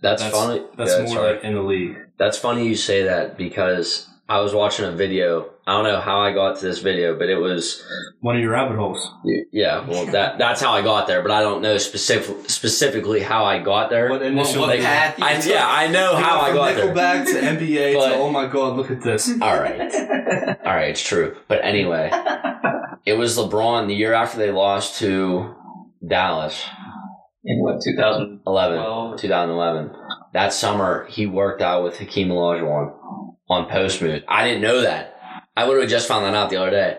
S1: that's,
S2: That's-
S1: funny.
S2: That's
S1: yeah,
S2: more
S1: sorry.
S2: like in the league.
S1: That's funny you say that because I was watching a video. I don't know how I got to this video, but it was
S2: One of your rabbit holes.
S1: yeah. Well, that that's how I got there, but I don't know specific, specifically how I got there.
S3: initial- what path
S1: I, yeah, I know how I got there.
S2: Nickelback to NBA
S1: But-
S2: to oh my god, look at this.
S1: All right. All right, it's true. But anyway, it was LeBron the year after they lost to Dallas,
S3: in what 2012
S1: eleven. 2011. That summer, he worked out with Hakeem Olajuwon on post move. I didn't know that. I literally just found that out the other day.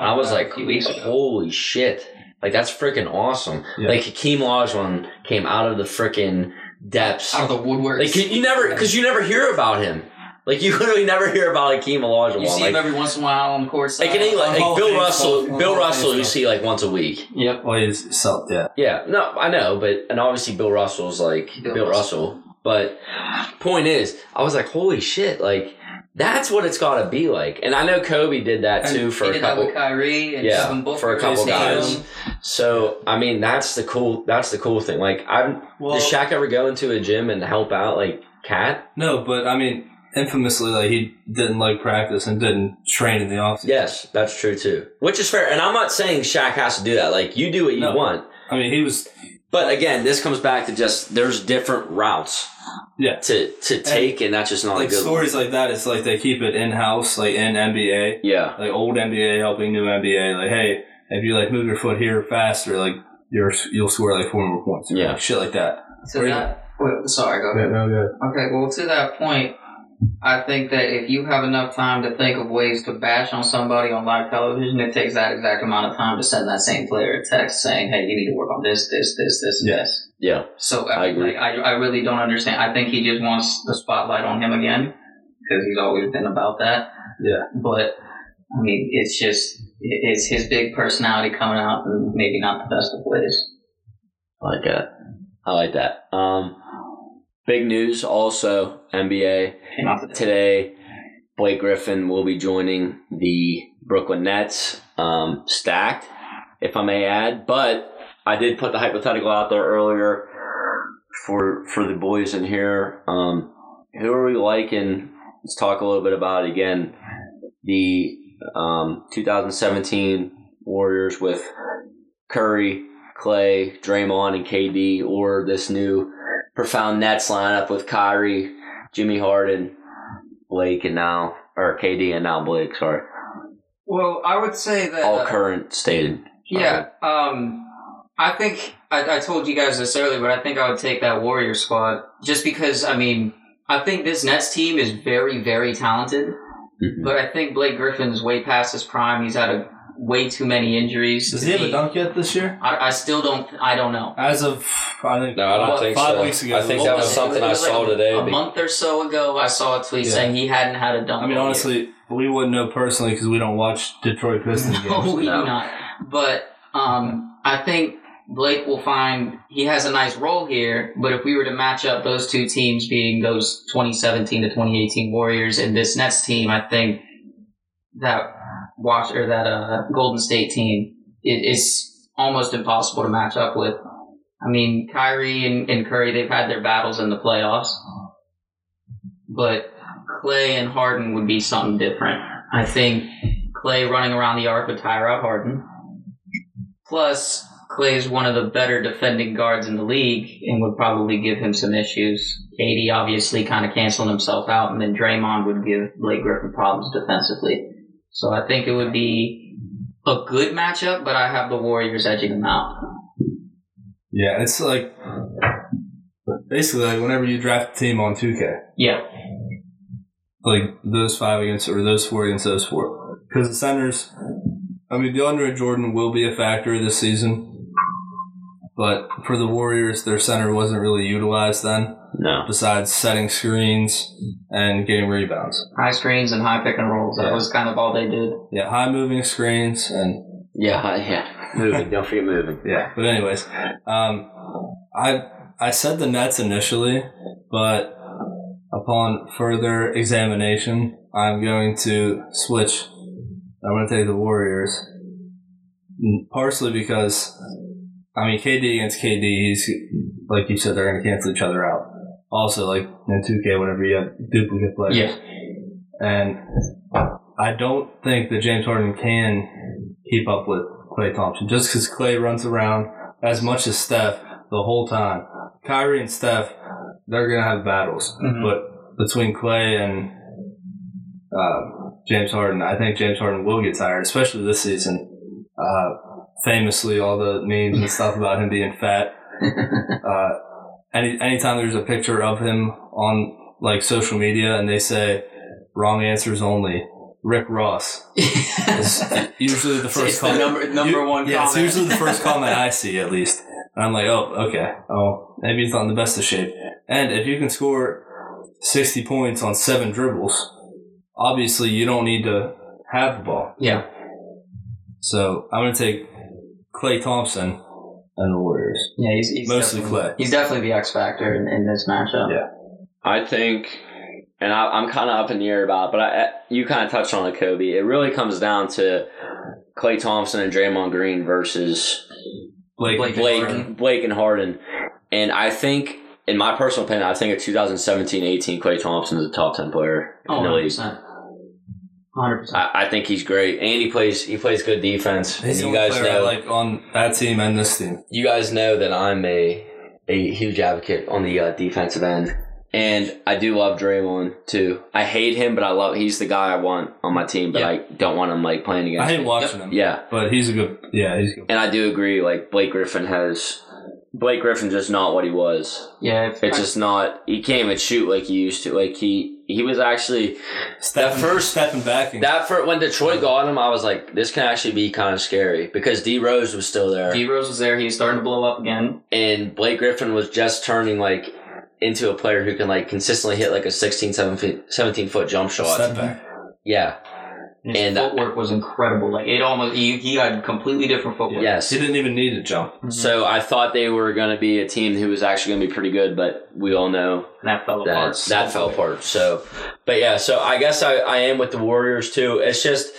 S1: I was like,
S3: a few weeks ago.
S1: holy shit. Like, that's freaking awesome.
S2: Yeah.
S1: Like, Hakeem Olajuwon came out of the freaking depths.
S3: out of the woodwork.
S1: Like, you never, because you never hear about him. Like, you literally never hear about Hakeem Olajuwon.
S3: you see
S1: like,
S3: him every once in a while on the court.
S1: like, it ain't like, like
S2: Hall of
S1: Bill
S2: Fame
S1: Russell.
S2: stuff, Hall
S1: Bill
S2: of Fame
S1: Russell, you
S2: stuff.
S1: see like once a week.
S3: Yep.
S2: Well, he's self yeah.
S1: Yeah, no, I know, but and obviously Bill Russell's like Bill,
S3: Bill
S1: Russell. But point is, I was like, holy shit, like that's what it's got to be like. And I know Kobe did that
S2: And
S1: too for
S3: he
S1: a
S3: did
S1: couple.
S3: that with Kyrie and
S1: yeah,
S3: Devin Booker
S1: for a couple
S3: and Tatum.
S1: guys. So I mean, that's the cool. That's the cool thing. Like, I'm
S2: Well,
S1: did Shaq ever go into a gym and help out like Cat?
S2: no, but I mean, infamously, like he didn't like practice and didn't train in the office.
S1: Yes, that's true too. Which is fair. And I'm not saying Shaq has to do that. Like, you do what you
S2: No.
S1: want.
S2: I mean, he was
S1: But again, this comes back to just there's different routes.
S2: Yeah.
S1: To to take, and, that's just not a
S2: like
S1: good. one.
S2: stories like that. It's like they keep it in house, like in NBA,
S1: Yeah.
S2: like old NBA helping new NBA. Like, hey, if you like move your foot here faster, like you're you'll score like four more points. or
S1: Yeah.
S2: shit like that.
S3: To
S2: Right.
S3: that, wait, sorry, go ahead.
S2: no good.
S3: Okay, well, to that point, I think that if you have enough time to think of ways to bash on somebody on live television, it takes that exact amount of time to send that same player a text saying, "Hey, you need to work on this, this, this, this, and this."
S1: Yeah.
S3: So uh,
S1: I agree.
S3: like, I, I really don't understand. I think he just wants the spotlight on him again because he's always been about that.
S2: Yeah.
S3: But I mean, it's just it- it's his big personality coming out, and maybe not the best of ways.
S1: I like that. I like that. Um, big news also NBA
S3: Came out today.
S1: today. Blake Griffin will be joining the Brooklyn Nets, um, stacked, if I may add. But I did put the hypothetical out there earlier for for the boys in here. Um, who are we liking? Let's talk a little bit about it again. The um, 2017 Warriors with Curry, Clay, Draymond, and KD, or this new profound Nets lineup with Kyrie, Jimmy Harden, Blake, and now or KD and now Blake. Sorry,
S3: Well, I would say that uh,
S1: all current stated.
S3: Yeah, um, I think I, I told you guys this earlier, but I think I would take that Warrior squad just because. I mean, I think this Nets team is very, very talented,
S4: Hmm.
S1: Mhm.
S3: but I think Blake Griffin's way past his prime. He's had a, way too many injuries.
S2: Does
S3: to
S2: he have a
S3: be-
S2: dunk yet this year?
S3: I, I still don't. I don't know.
S2: As of I think
S4: No, I don't
S2: five,
S4: think
S2: five
S4: so.
S2: weeks ago.
S4: I think
S3: What
S4: that was
S3: it?
S4: something
S3: It
S4: I
S3: like
S4: saw today.
S3: A month or so ago, I saw a tweet
S2: Yeah.
S3: saying he hadn't had a dunk.
S2: I mean,
S3: all year.
S2: honestly, we wouldn't know personally because we don't watch Detroit Pistons
S3: No,
S2: games.
S3: we
S1: No.
S3: do not. But um, I think Blake will find he has a nice role here. But if we were to match up those two teams, being those 2017 to 2018 Warriors and this Nets team, I think that watch or that uh, Golden State team it is almost impossible to match up with. I mean, Kyrie and, and Curry, they've had their battles in the playoffs, but Clay and Harden would be something different. I think Clay running around the arc with Tyrod Harden. Plus, Clay is one of the better defending guards in the league and would probably give him some issues. KD obviously kind of canceling himself out, and then Draymond would give Blake Griffin problems defensively. So I think it would be a good matchup, but I have the Warriors edging them out.
S2: Yeah, it's like basically like whenever you draft a team on 2K,
S3: Yeah,
S2: like those five against or those four against those four, because the centers. I mean, DeAndre Jordan will be a factor this season, but for the Warriors, their center wasn't really utilized then,
S1: No,
S2: besides setting screens and getting rebounds.
S3: high screens and high pick and rolls. That
S2: Yeah.
S3: was kind of all they did.
S2: Yeah, high moving screens and
S1: yeah, I- yeah. Moving, don't forget moving.
S2: yeah. But anyways, um, I I said the Nets initially, but upon further examination, I'm going to switch. I'm going to take the Warriors, Mm, partially because I mean KD against KD, he's like you said, they're going to cancel each other out. Also, like in 2K, whenever you have duplicate players,
S3: Yeah.
S2: and I don't think that James Harden can keep up with Clay Thompson just because Clay runs around as much as Steph the whole time. Kyrie and Steph, they're gonna have battles,
S3: Mhm.
S2: but between Clay and uh, James Harden, I think James Harden will get tired, especially this season. Uh, famously, all the memes and stuff about him being fat. uh, any anytime there's a picture of him on like social media, and they say wrong answers only. Rick Ross is usually the first
S3: it's the
S2: comment.
S3: number number
S2: You-
S3: one.
S2: Yeah, it's
S3: comment.
S2: usually the first comment I see at least, and I'm like, oh, okay, oh, maybe he's not in the best of shape. And if you can score sixty points on seven dribbles, obviously you don't need to have the ball.
S3: yeah,
S2: So I'm gonna take Clay Thompson and the Warriors,
S3: yeah. He's, he's
S2: mostly
S3: definitely-
S2: Clay.
S3: He's definitely the X factor in, in this matchup.
S2: Yeah.
S1: I think, and I, I'm kind of up in the air about, it, but I, you kind of touched on it, Kobe. It really comes down to Clay Thompson and Draymond Green versus
S2: Blake,
S3: Blake-
S1: Blake,
S3: Harden.
S1: Blake and Harden. And I think, in my personal opinion, I think of 2017-18, Clay Thompson is a top ten player in
S3: Oh,
S1: the
S3: 100
S1: league.
S3: percent. Hundred percent.
S1: I, I think he's great, and he plays he plays good defense.
S2: He's the
S1: you
S2: only
S1: guys
S2: player I
S1: know,
S2: like on that team and this team.
S1: you guys know that I'm a a huge advocate on the uh, defensive end And I do love Draymond too. I hate him, but I love. He's the guy I want on my team, but
S2: Yeah.
S1: I don't want him like playing
S2: I
S1: against.
S2: hate
S1: me.
S2: watching him.
S1: Yeah,
S2: But he's a good. Yeah, he's good.
S1: and I do agree. Like Blake Griffin has, Blake Griffin's just not what he was.
S3: Yeah,
S1: It's just not. He can't even shoot like he used to. Like he he was actually
S2: Stepping,
S1: first-
S2: stepping back. And,
S1: that for when Detroit got him. I was like, this can actually be kind of scary because D Rose was still there,
S3: D Rose was there. He's starting to blow up again.
S1: and Blake Griffin was just turning like into a player who can like consistently hit like a 16, 17, 17 foot jump shot.
S2: step back.
S1: yeah.
S3: His
S1: And- uh,
S3: footwork was incredible. Like it almost he, he had completely different footwork. Mm-hmm.
S1: Yes.
S2: He didn't even need to jump.
S1: So I thought they were going to be a team who was actually going to be pretty good, but we all know
S3: And that fell apart.
S1: that that fell apart. So, but yeah, so I guess I, I am with the Warriors too. It's just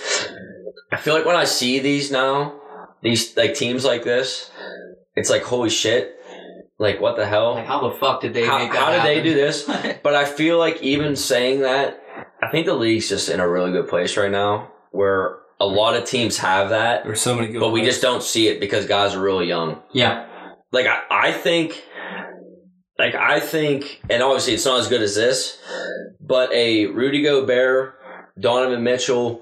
S1: I feel like when I see these now, these like teams like this, it's like holy shit, like what the hell?
S3: Like how the fuck did they
S1: how
S3: make that
S1: how did they do this?
S3: this?
S1: But I feel like even saying that, I think the league's just in a really good place right now, where a lot of teams have that,
S2: There were so many good.
S1: but we
S2: players.
S1: just don't see it because guys are really young
S3: yeah.
S1: like I, I think like I think and obviously it's not as good as this, but a Rudy Gobert, Donovan Mitchell,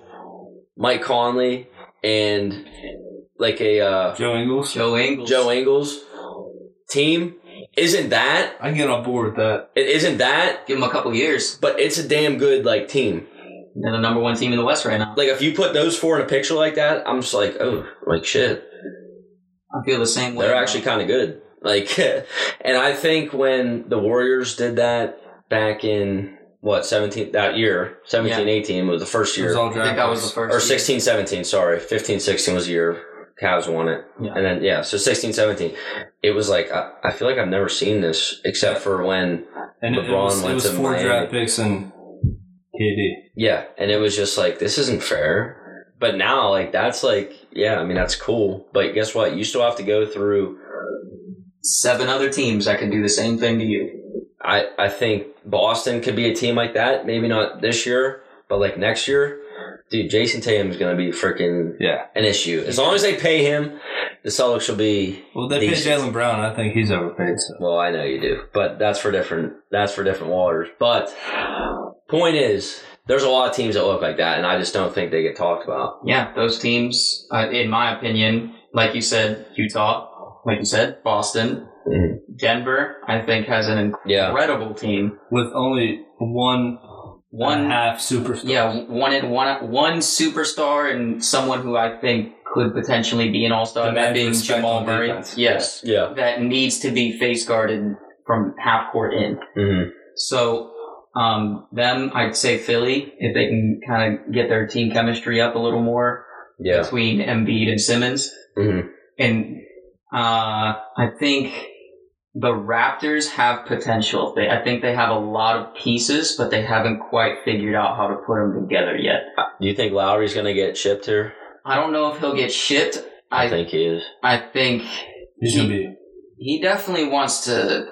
S1: Mike Conley, and like a uh,
S2: Joe Ingles.
S3: Joe Ingles.
S1: Joe Ingles team isn't that
S2: I can get on board with that.
S1: it isn't that,
S3: Give him a couple years.
S1: but it's a damn good like team.
S3: They're the number one team in the West right now.
S1: Like if you put those four in a picture like that, I'm just like, oh, like shit.
S3: I feel the same way.
S1: They're
S3: bro.
S1: actually kind of good. Like, and I think when the Warriors did that back in what 17 that year 17 18 was the first
S2: It was
S1: year
S2: all
S3: I think
S2: draft.
S3: that was the
S2: picks.
S3: first.
S1: or 16 17 sorry 15 16 was the year Cavs won it
S3: Yeah.
S1: and then yeah so 16 17 it was like I, I feel like I've never seen this except for when
S2: And it, it
S1: LeBron
S2: was, it
S1: went
S2: was
S1: to
S2: four
S1: Miami.
S2: draft picks and KD.
S1: yeah and it was just like this isn't fair but now like that's like yeah I mean that's cool but guess what you still have to go through
S3: Seven other teams that can do the same thing to you.
S1: I, I think Boston could be a team like that. Maybe not this year, but like next year. Dude, Jason Tatum is going to be freaking
S2: Yeah.
S1: an issue. As long as they pay him, the Celtics will be.
S2: Well, they paid
S1: Decent.
S2: Jalen Brown. I think he's overpaid. So
S1: Well, I know you do, but that's for different. That's for different waters. But point is, there's a lot of teams that look like that, and I just don't think they get talked about.
S3: Yeah, those teams, uh, in my opinion, like you said, Utah, like you said, Boston,
S1: Mhm.
S3: Denver, I think has an
S1: Yeah,
S3: incredible team.
S2: with only one one
S3: One
S2: half superstar.
S3: Yeah, one in one one superstar and someone who I think could potentially be an all star.
S2: Demand
S3: That being
S2: respect
S3: Jamal
S2: on
S3: Murray.
S2: defense.
S3: Yes,
S1: yeah.
S3: that needs to be face guarded from half court in.
S1: hmm
S3: So um, them, I'd say Philly if they can kind of get their team chemistry up a little more
S1: Yeah.
S3: between Embiid and Simmons,
S1: hmm
S3: and uh, I think. The Raptors have potential. They, I think they have a lot of pieces, but they haven't quite figured out how to put them together yet.
S1: Do you think Lowry's going to get shipped here?
S3: I don't know if he'll get shipped.
S1: I,
S3: I
S1: think he is.
S3: I think
S2: He should be.
S3: he definitely wants to.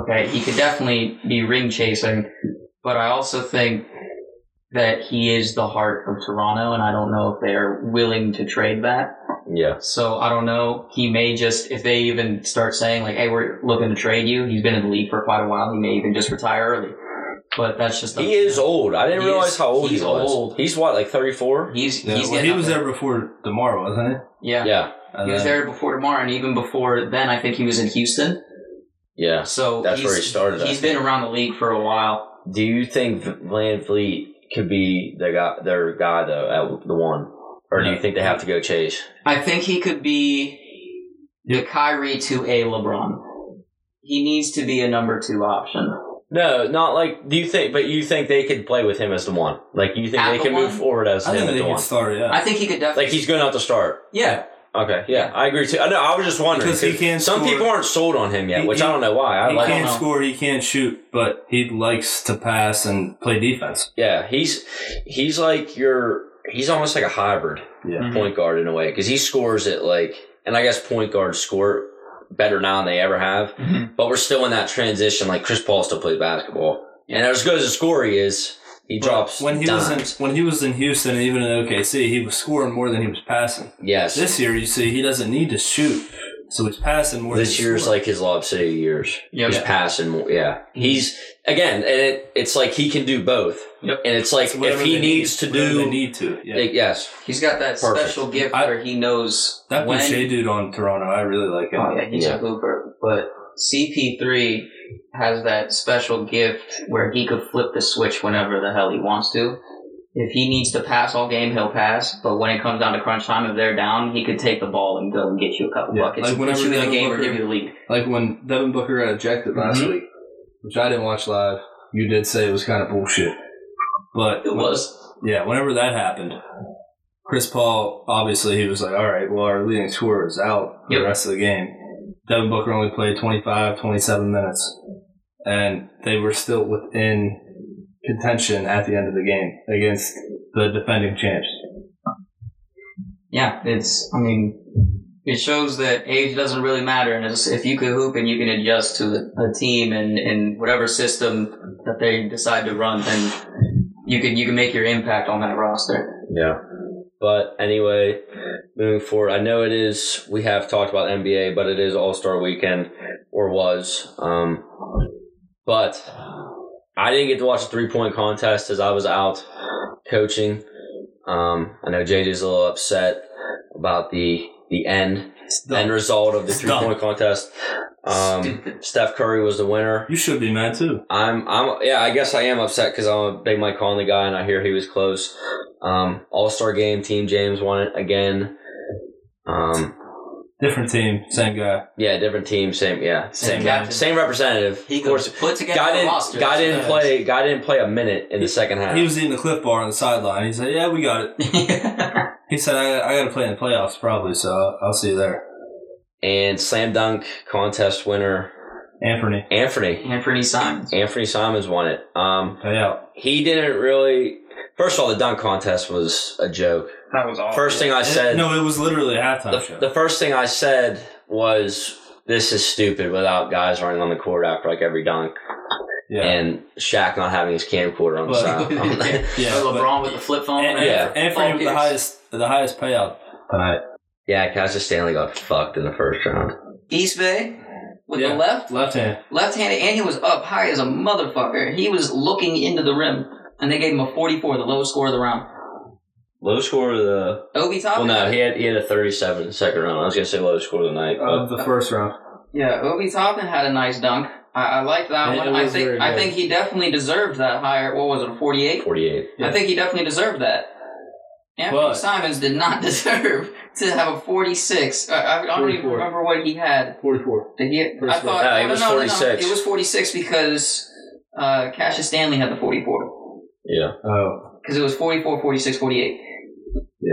S3: Okay, he could definitely be ring chasing, but I also think that he is the heart of Toronto, and I don't know if they're willing to trade that.
S1: Yeah.
S3: So I don't know. He may just if they even start saying like, "Hey, we're looking to trade you." He's been in the league for quite a while. He may even just retire early. But that's just
S1: He is old. I didn't
S3: He
S1: realize
S3: is-
S1: how old
S3: he's
S1: he was.
S3: old.
S1: He's what, like 34?
S3: He's
S2: Yeah,
S3: he's
S2: well,
S3: getting
S2: he
S3: up
S2: was
S3: there.
S2: there before Demar, wasn't he? Uh,
S3: Yeah.
S1: Yeah.
S2: And
S3: He was
S2: then-
S3: there before tomorrow, and even before then, I think he was in Houston.
S1: Yeah.
S3: So
S1: That's
S3: he's-
S1: where he started, I
S3: He's been around the league for a while.
S1: Do you think Van Fleet could be the guy, their guy though, at the one, or do you
S2: No.
S1: think they have to go chase?
S3: I think he could be the Kyrie to a LeBron. He needs to be a number two option.
S1: No, not like. Do you think? But you think they could play with him as the one? Like you think
S3: At
S1: they
S3: the
S1: can
S3: one?
S1: move forward as
S2: I
S1: him
S2: think
S1: at
S2: they
S1: the
S2: could
S1: one?
S2: start. Yeah.
S3: I think he could definitely.
S1: Like he's going out to start.
S3: yeah,
S1: Okay, yeah, I agree too. I know. I was just wondering
S2: Because he
S1: 'cause
S2: can
S1: some
S2: score.
S1: people aren't sold on him yet,
S2: He-
S1: which
S2: he-
S1: I don't know why. I
S2: he
S1: like.
S3: I
S2: can't
S3: don't know.
S2: score. He can't shoot, but he likes to pass and play defense.
S1: Yeah, he's he's like your. He's almost like a hybrid
S2: Yeah.
S3: Mhm.
S1: point guard in a way because he scores it like, and I guess point guards score better now than they ever have.
S2: Mm-hmm.
S1: but we're still in that transition. Like Chris Paul still plays basketball, and as good as a scorer he is, he drops
S2: when he
S1: dimes.
S2: was in when he was in Houston and even in OKC, he was scoring more than he was passing.
S1: yes,
S2: This year, you see, he doesn't need to shoot. So he's passing more.
S1: this
S2: than
S1: year's
S2: scoring.
S1: like his Lob City years.
S4: Yep.
S1: He's passing more. Yeah,
S2: Mm-hmm.
S1: he's again, and it, it's like he can do both.
S4: Yep.
S1: And it's like
S2: It's
S1: if
S2: whatever
S1: he
S2: they
S1: needs
S2: need,
S1: to
S2: whatever
S1: do,
S2: they need to. Yeah.
S1: like, yes,
S3: He's got that
S1: Perfect.
S3: special gift
S2: I-
S3: where he knows
S2: that
S3: when.
S2: Boucher dude on Toronto, I really like him.
S3: Oh yeah, he's
S1: Yeah.
S3: a hooper. But CP3 has that special gift where he could flip the switch whenever the hell he wants to. If he needs to pass all game, he'll pass. But when it comes down to crunch time, if they're down, he could take the ball and go and get you a couple
S2: Yeah,
S3: buckets,
S2: like
S3: like
S2: whenever
S3: put you in the
S2: Devin
S3: game, or
S2: Booker-
S3: give you the lead.
S2: Like when Devin Booker got ejected last
S1: Mhm.
S2: week, which I didn't watch live. You did say it was kind of bullshit, but
S3: It was.
S2: Yeah, whenever that happened, Chris Paul obviously he was like, all right, well our leading scorer is out for the
S3: Yep.
S2: rest of the game. Devin Booker only played 25, 27 minutes, and they were still within contention at the end of the game against the defending champs.
S3: Yeah, it's. I mean, it shows that age doesn't really matter, and it's, if you can hoop and you can adjust to a team and, and whatever system that they decide to run, then you can you can make your impact on that roster.
S1: Yeah. But anyway, moving forward, I know it is, we have talked about NBA, but it is All Star weekend, or was. Um, but I didn't get to watch the three point contest as I was out coaching. Um, I know JJ's a little upset about the the end end result of the
S2: It's
S1: three
S2: done.
S1: point contest. Um,
S3: Stupid.
S1: Steph Curry was the winner.
S2: You should be mad too.
S1: I'm, I'm, yeah, I guess I am upset because I'm a big Mike Conley guy, and I hear he was close. Um, All Star game, Team James won it again. Um,
S2: Different team, same guy.
S1: yeah, different team, same, yeah,
S3: Same
S1: same,
S3: captain.
S1: same representative.
S3: He
S1: of course,
S3: goes put together
S1: guy
S3: the
S1: didn't,
S3: roster.
S1: guy didn't
S2: Yes.
S1: play, guy didn't play a minute in the second half.
S2: He was eating the Cliff Bar on the sideline. He said, "Yeah, we got it." He said, "I, I got to play in the playoffs probably, so I'll, I'll see you there."
S1: and slam dunk contest winner
S2: Anthony,
S1: Anthony,
S3: Anthony Simons.
S1: Anthony Simons won it. Um,
S2: pay out.
S1: he didn't really. First of all, the dunk contest was a joke.
S3: That was awful.
S1: First thing I said,
S2: no, it was literally a halftime
S1: the,
S2: show.
S1: the first thing I said was, "This is stupid." Without guys running on the court after like every dunk,
S2: yeah.
S1: and Shaq not having his camcorder on the
S2: But-
S1: side. on the-
S2: Yeah,
S3: Oh,
S2: but-
S3: LeBron with the flip phone.
S2: And,
S1: Yeah.
S2: and for
S3: Paul
S2: you, the
S3: Pierce.
S2: highest, the highest payout tonight.
S1: yeah, Cassius Stanley got fucked in the first round.
S3: East Bay with
S2: Yeah.
S3: the left,
S2: Left hand.
S3: left-handed, and he was up high as a motherfucker. He was looking into the rim, and they gave him a 44, the lowest score of the round.
S1: Low score of the
S3: Obi
S1: well,
S3: Toppin.
S1: no, he had he had a 37 in the second round. I was gonna say low score of the night. but-
S2: Of the first round.
S3: Yeah, Obi Toppin had a nice dunk. I, I like
S2: Yeah,
S3: that
S2: it
S3: one. I
S2: was very
S3: think I
S2: good.
S3: think he definitely deserved that higher. What was it, a 48?
S1: 48.
S2: Yeah.
S3: I think he definitely deserved that. Anthony
S2: But-
S3: Simons did not deserve to have a 46. I, I don't even
S2: 44.
S3: remember what he had.
S2: Forty-four.
S3: Did he?
S2: First
S3: I
S2: one.
S3: thought
S1: No, it
S3: no,
S1: was
S3: no, no, no.
S1: 46.
S3: It was 46 because uh, Cassius Stanley had the 44.
S1: Yeah,
S2: Oh,
S3: Because it was 44, 46, 48.
S2: Yeah.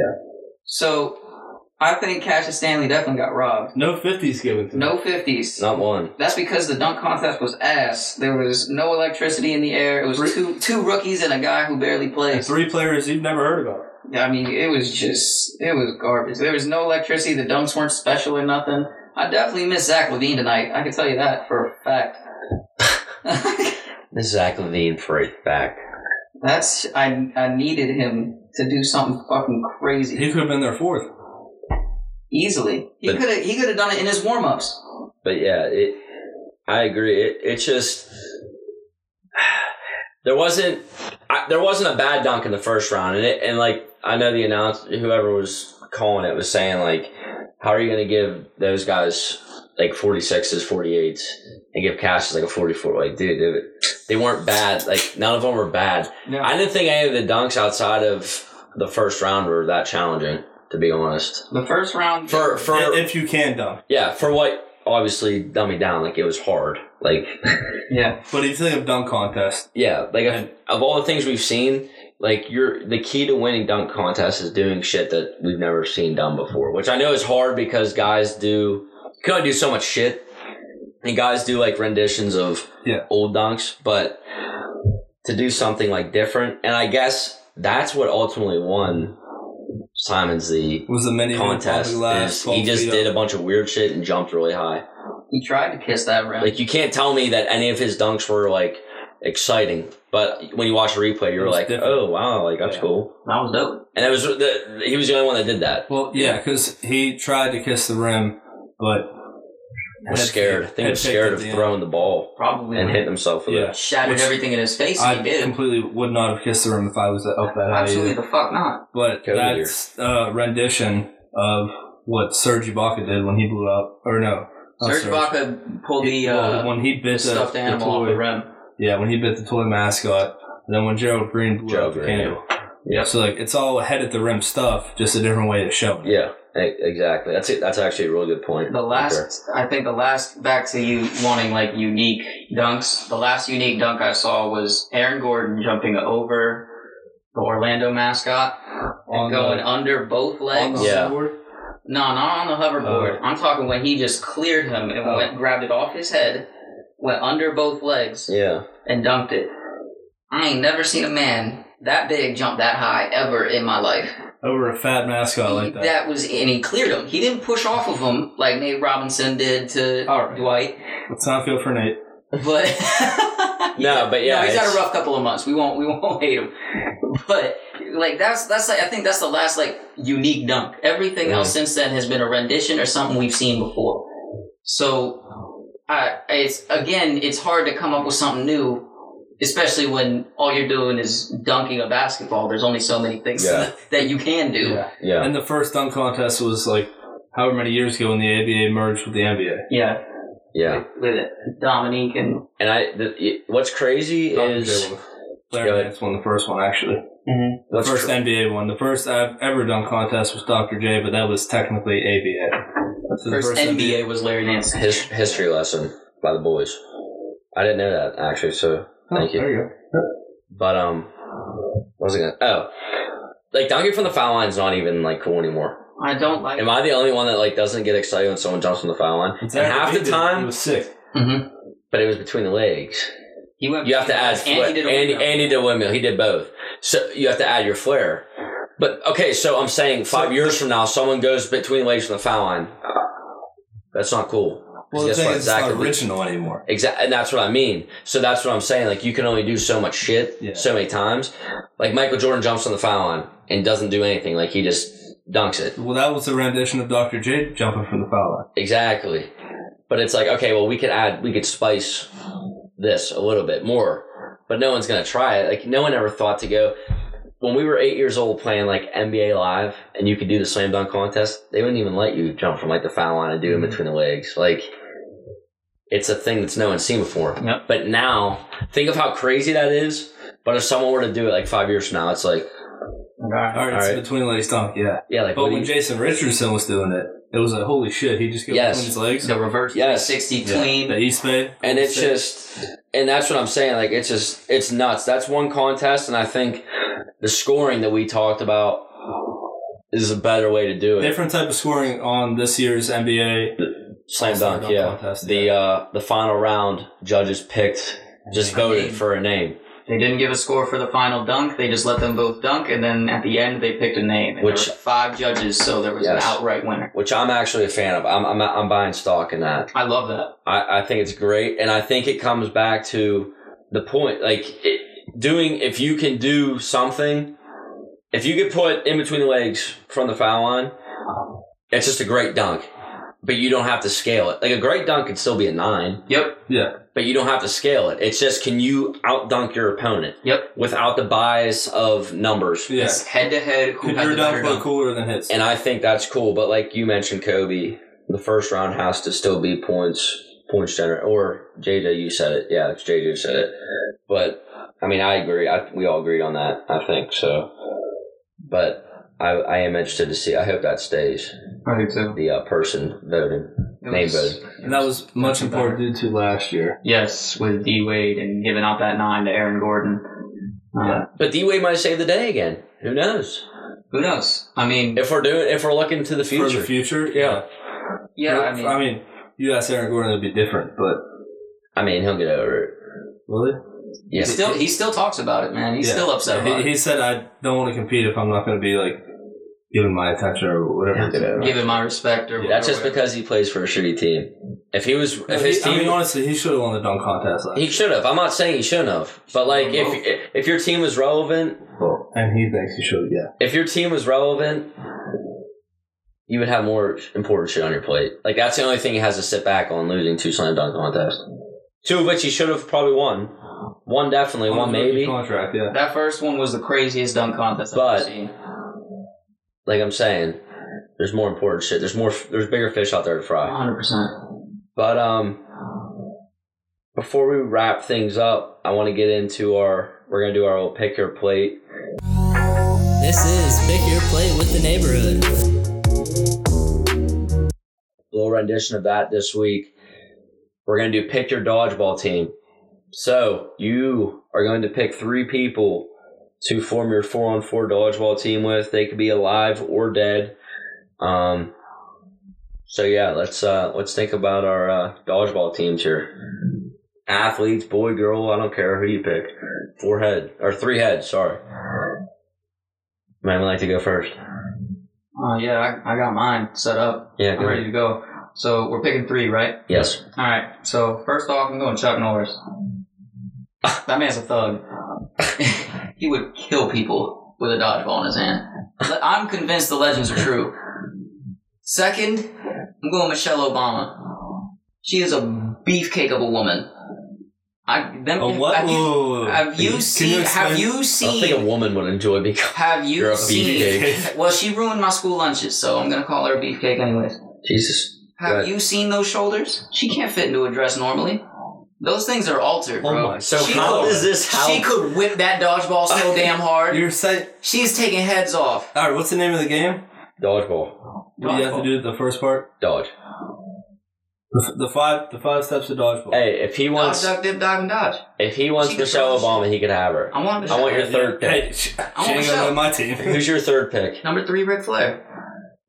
S3: So I think Cassius Stanley definitely got robbed.
S2: no fifties given to
S3: No 50s.
S1: not one.
S3: That's because the dunk contest was ass. There was no electricity in the air. It
S2: Three-
S3: was two two rookies and a guy who barely
S2: And
S3: plays.
S2: Three players you've never heard about.
S3: I mean, it was just it was garbage. There was no electricity. The dunks weren't special or nothing. I definitely miss Zach Levine tonight. I can tell you that for a fact.
S1: This is Zach Levine for a fact.
S3: That's I I needed him to do something fucking
S2: He
S3: crazy
S2: could have been their fourth.
S3: easily. He
S1: But-
S3: could have he could have done it in his warm ups.
S1: But yeah, it. I agree. It it just there wasn't I, there wasn't a bad dunk in the first round, and it, and like I know the announce whoever was calling it was saying like, how are you going to give those guys like forty sixes, forty eights, and give Cassius like a forty four? Like, dude, they, they weren't bad. Like none of them were bad.
S3: Yeah.
S1: I didn't think any of the dunks outside of the first round were that challenging, to be honest.
S3: The first round
S1: For for
S2: If you can dunk.
S1: yeah, for what obviously dummy down, like it was hard. Like
S3: yeah
S2: But if you think of dunk contest,
S1: yeah, like
S2: And-
S1: of, of all the things we've seen, like you're the key to winning dunk contests is doing shit that we've never seen done before, which I know is hard because guys do can only do so much shit, and guys do like renditions of
S2: Yeah.
S1: old dunks, but to do something like different, and I guess that's what ultimately won Simon's the
S2: was the mini
S1: contest. Is he just did a bunch of weird shit and jumped really high.
S3: he tried to kiss that rim.
S1: Like you can't tell me that any of his dunks were like exciting, but when you watch a replay,
S2: It
S1: you're
S2: was
S1: like,
S2: different.
S1: oh wow, like that's
S2: Yeah.
S1: cool.
S3: that was dope.
S1: And that was the, he was the only one that did that.
S2: Well, yeah, because he tried to kiss the rim, but
S1: was
S2: Head
S1: scared. I
S2: fake-
S1: think he
S2: head
S1: was
S2: fake
S1: scared
S2: at
S1: of
S2: the end.
S1: throwing the ball
S3: Probably
S1: and hitting himself with
S2: Yeah.
S1: it.
S3: shattered
S2: Which-
S3: everything in his face.
S2: I
S3: and he did.
S2: completely would not have kissed the room if I was up that high.
S3: Absolutely
S2: Either.
S3: the fuck not.
S2: But
S1: Go either.
S2: that's uh, rendition of what Serge Ibaka did when he blew up, or no, not
S3: Serge Ibaka pulled the
S2: Well,
S3: uh,
S2: when Oh, he bit the,
S3: stuffed
S2: the
S3: animal off
S2: toy.
S3: the rim.
S2: Yeah, when he bit the toy mascot. And then when Gerald Green blew
S1: Gerald
S2: up the
S1: Green,
S2: candle.
S1: yeah.
S2: So like it's all head at the rim stuff, just a different way to show it.
S1: Yeah, e- exactly. That's it. That's actually a really good point.
S3: The last, I think the last, back to you wanting like unique dunks, the last unique dunk I saw was Aaron Gordon jumping over the Orlando mascot
S2: On
S3: and
S2: the-
S3: going under both legs.
S1: Yeah.
S2: board?
S3: No, not on the hoverboard. I'm talking when he just cleared him and
S2: Oh.
S3: went, grabbed it off his head, went under both legs,
S1: Yeah.
S3: and dunked it. I ain't never seen a man that big jump that high ever in my life.
S2: Over a fat mascot like
S3: He-
S2: that.
S3: was and he cleared him. He didn't push off of him like Nate Robinson did to
S2: All right.
S3: Dwight.
S2: Let's not feel for Nate.
S3: But
S1: No, but yeah,
S3: no, he's had
S1: it's-
S3: a rough couple of months. We won't we won't hate him. But like that's that's like I think that's the last like unique dunk. Everything else since then has been a rendition or something we've seen before. So I it's again it's hard to come up with something new. Especially when all you're doing is dunking a basketball, there's only so many things
S1: Yeah.
S3: that you can do.
S1: Yeah.
S2: And the first dunk contest was like however many years ago when the ABA merged with the NBA.
S3: yeah.
S1: Yeah.
S3: with it. Dominique and
S1: And I, the, it- what's crazy
S2: Not
S1: is
S2: the good one. Larry
S1: Go ahead.
S2: Nance won the first one actually. The
S1: what's
S2: first
S1: cr-
S2: NBA one. The first I've ever done contest was Dr. J, but that was technically ABA. So the
S3: first, NBA, was Larry Nance.
S1: his, history lesson by the boys. I didn't know that actually. So
S2: Oh,
S1: thank you.
S2: There you
S1: But um, what was I gonna? Oh, like dunking from the foul line is not even like cool anymore.
S3: I don't like.
S1: Am I the only one that like doesn't get excited when someone jumps from the foul line?
S2: go.
S1: and half the
S2: it
S1: time,
S2: was sick.
S3: Mhm.
S1: but it was between the legs.
S3: He went.
S1: You have to add
S3: and
S1: flip.
S3: he did a
S1: and,
S3: window.
S1: and he did windmill. He did both. So you have to add your flair. But okay, so I'm saying five years from now, someone goes between the legs from the foul line. That's not cool. 'Cause
S2: Well, the
S1: guess
S2: thing
S1: what?
S2: is,
S1: Zach
S2: it's
S1: could
S2: not
S1: be-
S2: original anymore.
S1: Exactly, and that's what I mean. So that's what I'm saying. Like you can only do so much shit
S2: Yeah.
S1: so many times. Like Michael Jordan jumps on the foul line and doesn't do anything. Like he just dunks it.
S2: Well, that was the rendition of Dr. J jumping from the foul
S1: Exactly. But it's like okay, well we could add, we could spice this a little bit more. But no one's gonna try it. Like no one ever thought to go. When we were eight years old playing like NBA Live and you could do the slam dunk contest, they wouldn't even let you jump from like the foul line and do it in
S2: Mm-hmm.
S1: between the legs. Like it's a thing that's no one's seen before.
S3: Yep.
S1: But now, think of how crazy that is. But if someone were to do it like five years from now, it's like,
S2: line. All right, it's
S1: All right.
S2: a between legs dunk, yeah.
S1: yeah, like, what
S2: But
S1: do
S2: when
S1: you-
S2: Jason Richardson was doing it, it was like, holy shit, he just got
S1: Yes.
S2: between his legs.
S3: the reverse.
S1: Yes.
S3: sixty
S2: Yeah.
S3: clean.
S2: The East Bay.
S1: and it's
S2: Golden State.
S1: just, and that's what I'm saying. Like, it's just, it's nuts. That's one contest, and I think the scoring that we talked about is a better way to do it.
S2: different type of scoring on this year's NBA.
S1: Slam
S2: Slam
S1: dunk,
S2: dunk
S1: yeah.
S2: contest,
S1: the
S2: yeah.
S1: uh, the final round judges picked, just
S3: A
S1: voted
S3: name.
S1: for a name,
S3: They didn't give a score for the final dunk. They just let them both dunk, and then at the end they picked a name. And
S1: Which-
S3: there were five judges, so there was
S1: Yes.
S3: an outright winner.
S1: which I'm actually a fan of. I'm I'm, I'm buying stock in that.
S3: I love that.
S1: I, I think it's great, and I think it comes back to the point, like it, doing. If you can do something, if you could put in between the legs from the foul line, it's just a great dunk. But you don't have to scale it. Like a great dunk could still be a nine,
S3: Yep.
S2: Yeah.
S1: but you don't have to scale it. It's just can you out dunk your opponent?
S3: Yep.
S1: Without the bias of numbers.
S2: Yeah.
S3: It's head to head. Who
S2: Could
S3: had
S2: your
S3: the better
S2: dunk look
S3: dunk?
S2: cooler than his?
S1: And I think that's cool. But like you mentioned, Kobe, the first round has to still be points, points general. Or JJ, you said it. Yeah, it's JJ who said it. But I mean, I agree. I, we all agreed on that. I think so. But I, I am interested to see. I hope that stays.
S3: I do too.
S1: The uh, person voting.
S3: It
S1: Name
S3: was-
S1: voting.
S2: And that was much in part due to last year.
S3: Yes, with D Wade and giving out that nine to Aaron Gordon. Uh,
S2: Yeah.
S1: But D Wade might save the day again. Who knows?
S3: Who knows? I mean,
S1: If we're doing, if we're looking to the future,
S2: For the future,
S1: Yeah.
S3: yeah, I mean,
S2: you ask Aaron Gordon, it'd be different, but
S1: I mean, he'll get over it.
S2: really,
S1: Yeah.
S3: He still he still talks about it, man. He's
S2: Yeah.
S3: still upset about
S2: he,
S3: it.
S2: he said, "I don't want to compete if I'm not going to be like giving my attention or whatever."
S1: Yeah.
S2: Yeah.
S3: Give him my respect or
S1: That's just
S3: whatever.
S1: because he plays for a shitty team. If he was, if his
S2: he, I
S1: team,
S2: mean, honestly, he should have won the dunk contest last
S1: he
S2: year,
S1: should have. I'm not saying he shouldn't have, but like
S3: Well-
S1: if if your team was relevant,
S2: and he thinks he should. Yeah,
S1: if your team was relevant, you would have more important shit on your plate. Like that's the only thing he has to sit back on losing two slam dunk contests. Two of which he should have probably won. One definitely,
S2: On
S1: one
S2: the rookie
S1: maybe.
S2: Contract, yeah.
S3: That first one was the craziest dunk contest I've
S1: But-
S3: ever seen.
S1: Like I'm saying, there's more important shit. There's more. There's bigger fish out there to fry.
S3: 100%.
S1: But um, before we wrap things up, I want to get into our. We're gonna do our old pick your plate.
S5: This is Pick Your Plate with the Neighborhood.
S1: little rendition of that this week. We're going to do pick your dodgeball team. So you are going to pick three people to form your four on four dodgeball team with. They could be alive or dead. Um, so yeah, let's uh, let's think about our uh, dodgeball teams here. Athletes, boy, girl, I don't care who you pick. Four head or three heads, sorry. Man, would like to go first.
S3: Oh, yeah, I, I got mine set up.
S1: Yeah,
S3: I'm
S1: go.
S3: ready to go. So we're picking three, right?
S1: Yes.
S3: All right. So first off, I'm going Chuck Norris. That man's a thug. he would kill people with a dodgeball in his hand. Le- I'm convinced the legends are true. Second, I'm going Michelle Obama. She is a beefcake of a woman. I them.
S2: A what?
S3: Have you,
S2: Whoa, whoa, whoa.
S3: have you
S2: Can
S3: seen?
S2: explain-
S3: Have you
S1: I don't think a
S3: seen?
S1: woman would enjoy being called.
S3: Have
S1: You're
S3: you
S1: a
S3: seen?
S1: beefcake.
S3: Well, she ruined my school lunches, so I'm gonna call her a beefcake anyways.
S1: Jesus.
S3: Have
S1: Good.
S3: you seen those shoulders? She can't fit into a dress normally. Those things are altered,
S2: Oh
S3: bro.
S2: my-
S1: So
S3: she
S1: how
S3: could,
S1: does this help?
S3: She could whip that dodgeball so damn hard.
S2: You're saying.
S3: She's taking heads off.
S2: All right. What's the name of the game?
S1: Dodgeball.
S2: What do you have to do? The first part.
S1: Dodge.
S2: The, the five. The five steps to dodgeball.
S1: Hey, if he
S3: Dodge,
S1: wants,
S3: duck, dip, dive, and dodge.
S1: if he wants
S3: She can
S1: Michelle
S3: dodge.
S1: Obama, he could have her.
S3: I want to.
S1: I want your third
S2: Yeah.
S1: pick.
S2: Hey, she, she
S3: want
S2: ain't gonna
S3: Michelle.
S2: win my team.
S1: Who's your third pick?
S3: Number three, Ric Flair.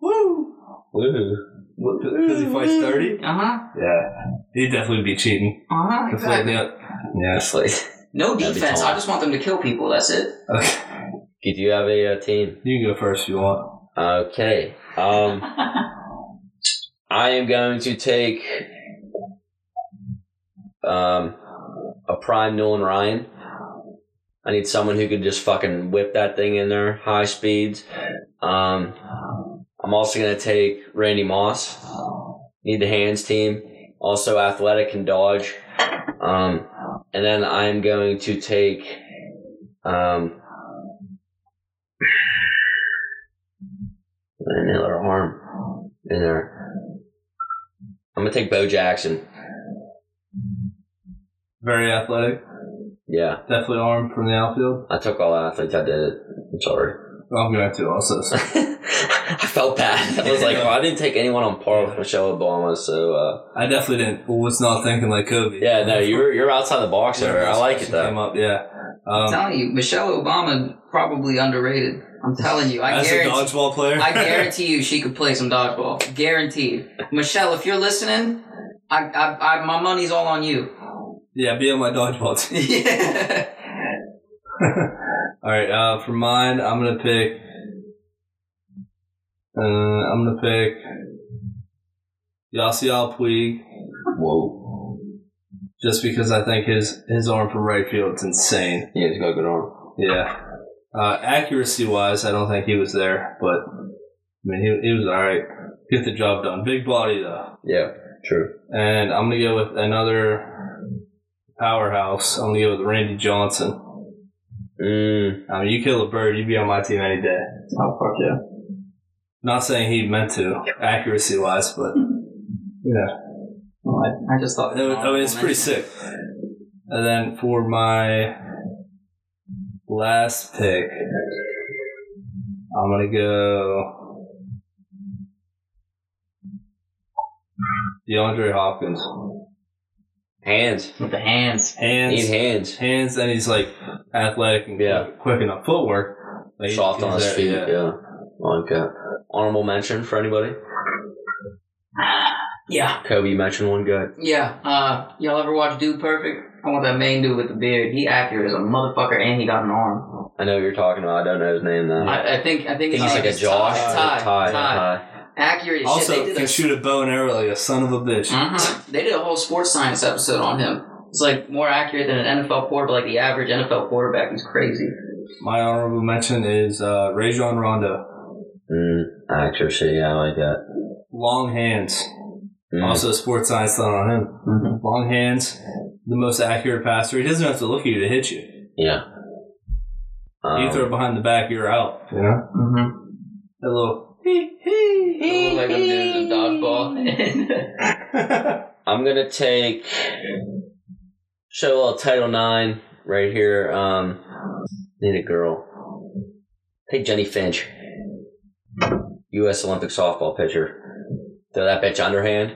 S2: Woo!
S1: Woohoo!
S2: Because he fights thirty.
S3: Uh huh.
S2: Yeah, he'd definitely be cheating.
S3: Uh huh.
S2: Completely.
S3: Exactly.
S2: Yeah.
S1: Like,
S3: No
S1: That'd be
S3: defense.
S1: tall.
S3: I just want them to kill people. That's it.
S2: Okay.
S1: do you have a uh, team?
S2: You can go first if you want.
S1: Okay. Um, I am going to take um a prime Nolan Ryan. I need someone who can just fucking whip that thing in there, high speeds. Um, I'm also gonna take Randy Moss. Need the hands team. Also athletic and dodge. Um, and then I'm going to take um another arm in there. I'm gonna take Bo Jackson.
S2: Very athletic.
S1: Yeah,
S2: Definitely armed from the outfield.
S1: I took all athletes. I did it. I'm sorry.
S2: I'm going to also. so-
S1: I felt bad. I was like, well, I didn't take anyone on par with Michelle Obama, so uh,
S2: I definitely didn't. Was not thinking like Kobe.
S1: yeah, no, you're you're outside the box there. I like it
S2: Came
S1: though.
S2: up, yeah.
S3: I'm
S2: Um,
S3: telling you, Michelle Obama probably underrated. I'm telling you. I
S2: as a
S3: guarantee.
S2: dodgeball player,
S3: I guarantee you she could play some dodgeball. Guaranteed. Michelle, if you're listening, I, I, I my money's all on you.
S2: yeah, be on my dodgeball team.
S3: yeah.
S2: All right, uh, for mine, I'm gonna pick. Uh, I'm gonna pick Yasiel Puig. Whoa! Just because I think his his arm for right field is insane.
S1: Yeah, he's got a good arm.
S2: Yeah. Uh, accuracy wise, I don't think he was there, but I mean he he was all right. Get the job done. Big body though,
S1: Yeah, true.
S2: and I'm gonna go with another powerhouse. I'm gonna go with Randy Johnson.
S1: Mm,
S2: I mean, you kill a bird, you'd be on my team any day. Oh, fuck yeah. Not saying he meant to, accuracy wise, but, you know,
S3: I just thought.
S2: it was- I mean, Oh, it's pretty sick. And then for my last pick, I'm going to go DeAndre Hopkins.
S1: hands.
S3: With the hands.
S1: Need
S2: Hands,
S1: hands.
S2: hands, and he's like athletic and
S1: Yeah.
S2: quick, quick enough footwork. Like,
S1: Soft on
S2: he's
S1: his
S2: there,
S1: feet. Yeah. I like that. Honorable mention for anybody.
S3: Yeah.
S1: Kobe mentioned one good.
S3: Yeah. Uh, y'all ever watch Dude Perfect? I want that main dude with the beard. He accurate as a motherfucker, and he got an arm.
S1: I know what you're talking about. I don't know his name though. I
S3: I, I think. I think,
S1: think
S3: it's
S1: he's like a
S3: it's
S1: Josh.
S3: Ty,
S1: Ty.
S3: Ty,
S1: Ty.
S3: Ty.
S1: Ty.
S3: Accurate as shit.
S2: Also,
S3: They did
S2: can
S3: a-
S2: shoot a bow and arrow like a son of a bitch.
S1: Mm.
S3: Mhm. They did a whole sports science episode on him. It's like more accurate than an NFL quarterback. Like the average NFL quarterback is crazy.
S2: My honorable mention is uh, Rajon Rondo.
S1: Mm, accuracy, yeah, I like that.
S2: Long hands.
S1: Mm.
S2: Also, sports science done on him.
S1: Mm-hmm.
S2: Long hands, the most accurate passer. He doesn't have to look at you to hit you.
S1: Yeah. Um,
S2: you throw it behind the back, you're out. You know
S4: Mm-hmm.
S2: that little. hee, hee, hee,
S4: Like them dudes in
S2: hee.
S4: dodgeball.
S1: I'm gonna take show a little Title Nine right here. Um, need a girl. Take Jenny Finch, U.S. Olympic softball pitcher. Throw that bitch underhand.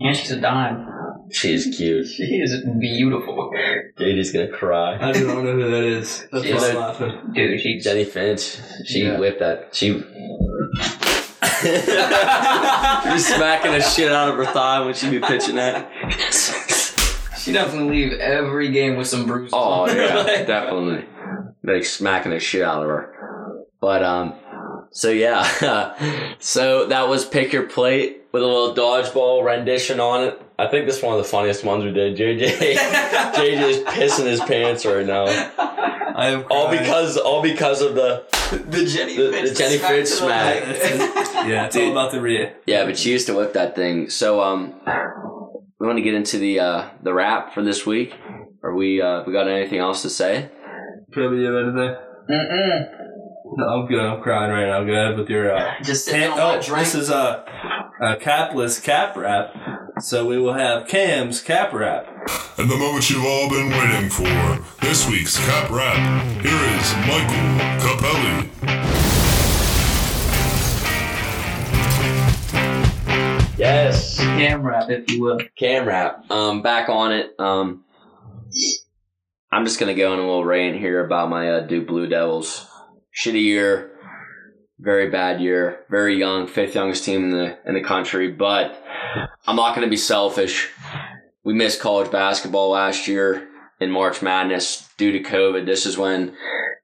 S4: and she's a dime.
S1: She's cute.
S4: She is beautiful,
S1: Katie's gonna cry.
S2: I don't know who that is. That's
S4: Yeah.
S2: why I'm laughing.
S4: dude. She
S1: Jenny Finch. She
S4: Yeah.
S1: whipped that. She. Just smacking the shit out of her thigh when she be pitching that.
S4: she definitely leave every game with some bruises.
S1: Oh
S4: on her
S1: yeah,
S4: leg.
S1: definitely. Like smacking the shit out of her. But um, so yeah, so that was pick your plate with a little dodgeball rendition on it. I think this is one of the funniest ones we did. JJ, JJ is pissing his pants right now,
S2: I have
S1: all
S2: cried.
S1: because all because of the
S4: the Jenny
S1: The-
S4: Fitz
S1: the Jenny
S4: smack
S1: Fitz
S4: to the
S1: smack.
S4: leg.
S2: yeah, it's all about the re.
S1: yeah. But she used to whip that thing. So um, we want to get into the uh the wrap for this week. Are we uh we got anything else to say?
S2: Probably you have anything.
S4: Mm-mm.
S2: No, I'm good. I'm crying right now. Go ahead with your. Uh,
S4: Just sitting
S2: Cam-
S4: on my
S2: oh,
S4: drink.
S2: this is a, a capless cap wrap. So we will have Cam's cap wrap.
S6: And the moment you've all been waiting for, this week's Cap Rap, here is Michael Capelli.
S1: Yes.
S4: Cam wrap, if you will.
S1: Cam wrap. Um, back on it. Um, I'm just gonna go on a little rant here about my uh, Duke Blue Devils. Shitty year, very bad year, very young, fifth youngest team in the in the country. But I'm not gonna be selfish. We missed college basketball last year in March Madness due to COVID. This is when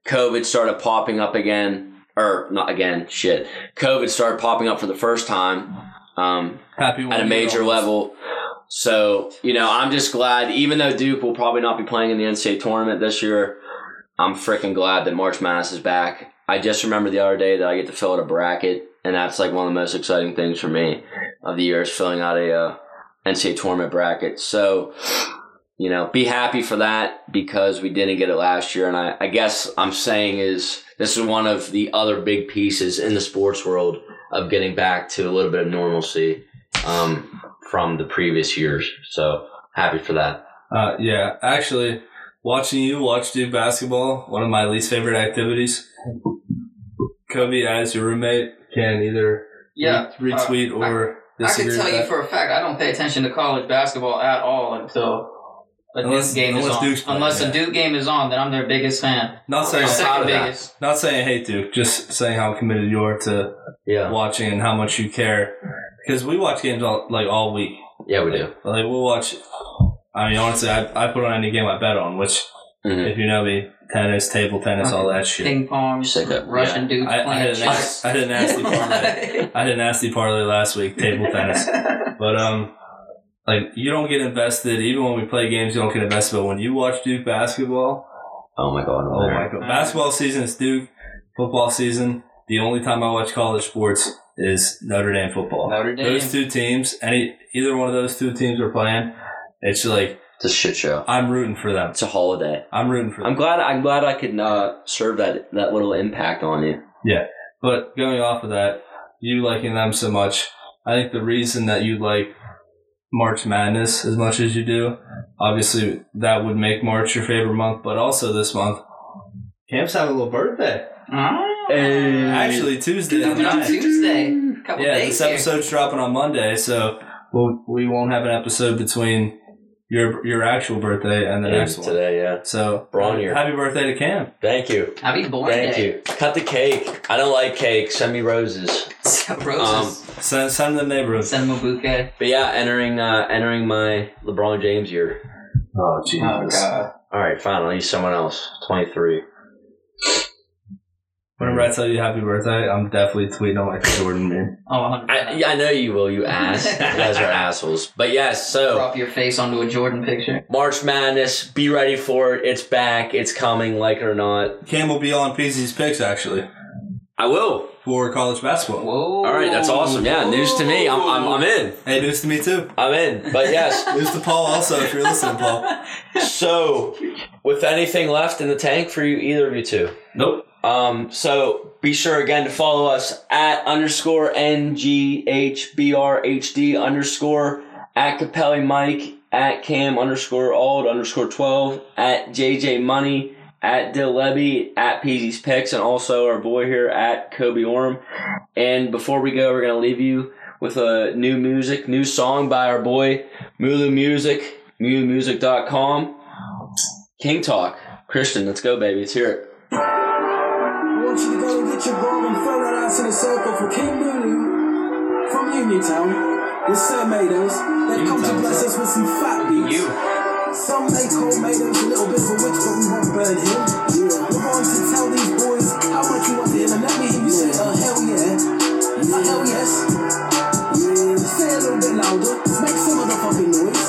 S1: COVID started popping up again, or not again. Shit, COVID started popping up for the first time. Um,
S2: Happy one
S1: at a
S2: year
S1: major
S2: olds.
S1: level. So, you know, I'm just glad, even though Duke will probably not be playing in the NCAA tournament this year, I'm freaking glad that March Madness is back. I just remembered the other day that I get to fill out a bracket, and that's like one of the most exciting things for me of the year is filling out a uh, NCAA tournament bracket. So, you know, be happy for that because we didn't get it last year. And I, I guess I'm saying is this is one of the other big pieces in the sports world of getting back to a little bit of normalcy um, from the previous years. So happy for that.
S2: Uh, yeah, actually, watching you watch Duke basketball, one of my least favorite activities. Kobe, as your roommate, can either
S4: Yeah. uh,
S2: re- retweet or
S4: I can
S2: disagree.
S4: tell
S2: with
S4: you
S2: that.
S4: for a fact, I don't pay attention to college basketball at all until a
S2: Unless-
S4: Duke game is
S2: unless
S4: on.
S2: Duke's playing,
S4: unless
S2: yeah.
S4: a Duke game is on, then I'm their biggest fan.
S2: not saying
S4: Second
S1: of that.
S4: biggest.
S2: not saying I hate Duke, just saying how committed you are to
S1: Yeah.
S2: watching and how much you care. Because we watch games all, like all week.
S1: Yeah, we do.
S2: Like we'll watch. I mean, honestly, I, I put on any game I bet on, which
S1: Mhm.
S2: if you know me, tennis, table tennis, all that shit.
S4: Ping pong,
S1: Sick of-
S4: Russian dudes
S2: I, I
S4: playing
S2: had a
S4: chess.
S2: nasty, I had a nasty parlay. I had a nasty parlay last week, table tennis. But um, like you don't get invested. Even when we play games, you don't get invested. But when you watch Duke basketball,
S1: Oh my God.
S2: oh my god, basketball season is Duke. Football season. The only time I watch college sports is Notre Dame football.
S4: Notre Dame.
S2: Those two teams, any either one of those two teams are playing, it's like
S1: It's a shit show.
S2: I'm rooting for them.
S1: It's a holiday.
S2: I'm rooting for them.
S1: I'm glad. I'm glad I could uh, serve that that little impact on you.
S2: But going off of that, you liking them so much, I think the reason that you like March Madness as much as you do, obviously that would make March your favorite month, but also this month, Camp's having a little birthday.
S4: Ah.
S1: Hey.
S2: Actually, Tuesday.
S4: Coming on
S2: night.
S4: Tuesday. Couple
S2: Yeah,
S4: days
S2: this
S4: here.
S2: episode's dropping on Monday, so we'll, we won't have an episode between your your actual birthday and the next one.
S1: today, yeah.
S2: So,
S1: Brawnier.
S2: happy birthday to Cam.
S1: Thank you.
S4: Happy born
S1: Thank
S4: day.
S1: you. Cut the cake. I don't like cake. Send me roses.
S4: Roses.
S2: Send, send the
S1: Um,
S2: neighborhood.
S4: Send him a bouquet.
S1: But yeah, entering uh, entering my LeBron James year.
S2: Oh, Jesus.
S4: Oh, God.
S1: All right, fine. I'll use someone else. Twenty three.
S2: Whenever I tell you happy birthday, I'm definitely tweeting on like a Jordan meme.
S4: Oh, 100%.
S1: I, yeah, I know you will. You ass. you guys are assholes. But yes. So
S4: Prop your face onto a Jordan picture.
S1: March Madness. Be ready for it. It's back. It's coming. Like it or not,
S2: Cam will be on PZ's picks actually.
S1: I will.
S2: for college basketball.
S3: Whoa.
S1: All right, that's awesome. Yeah, news to me. I'm, I'm, I'm in.
S2: Hey, news to me too.
S1: I'm in. But yes,
S2: News to Paul also, if you're listening, Paul.
S1: so with anything left in the tank for you, either of you two.
S2: Nope.
S1: Um, so be sure again to follow us at underscore NGHBRHD underscore at Capelli Mike at Cam underscore Ald underscore 12 at JJ Money at Dill Levy at PZ's Picks and also our boy here at Kobe Orm. And before we go, we're going to leave you with a new music, new song by our boy Mulu Music, MuluMusic.com. King Talk. Christian, let's go, baby. Let's hear it.
S7: want you to go and get your ball and throw that out in a circle from King Boone, from Uniontown, with Sir Matos. They come to bless us with some fat beats. Some may call Matos a little bit of a witch, but we won't burn him. We're going to tell these boys how much we want him, and let me hear you say, oh, hell yeah. Oh, hell yes. Yeah, say it a little bit louder. Make some of the fucking noise.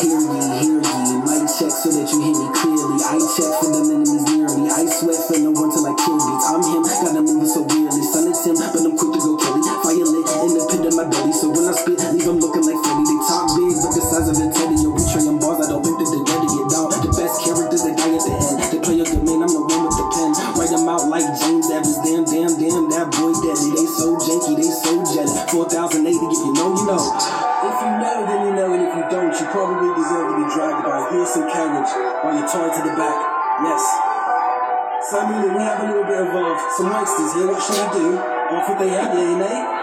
S7: Hear ye, hear ye, mic check so that you hear me clearly. I check for the minimum near me. I sweat for no one till I kill beats. I'm him, got a number so weirdly. Son, it's him, but I'm quick to go kill it. Violent in the pit of my belly. So when I spit, leave him looking like Freddy. They talk big, but the size of a teddy. Yo, we try them bars, I don't think that they're ready at all. The best character's the guy at the end. They play a good man, I'm the one with the pen. Write them out like James Evans. Damn, damn, damn, that boy deadly. They so janky, they so jetty. 4080, if you know, you know. If you know, then you know, and if you don't, you probably deserve to be dragged by horse and carriage while you're tied to the back. Yes. So I mean, we have a little bit of uh, some youngsters here. What should we do? Off with eh, they head, yeah, you know?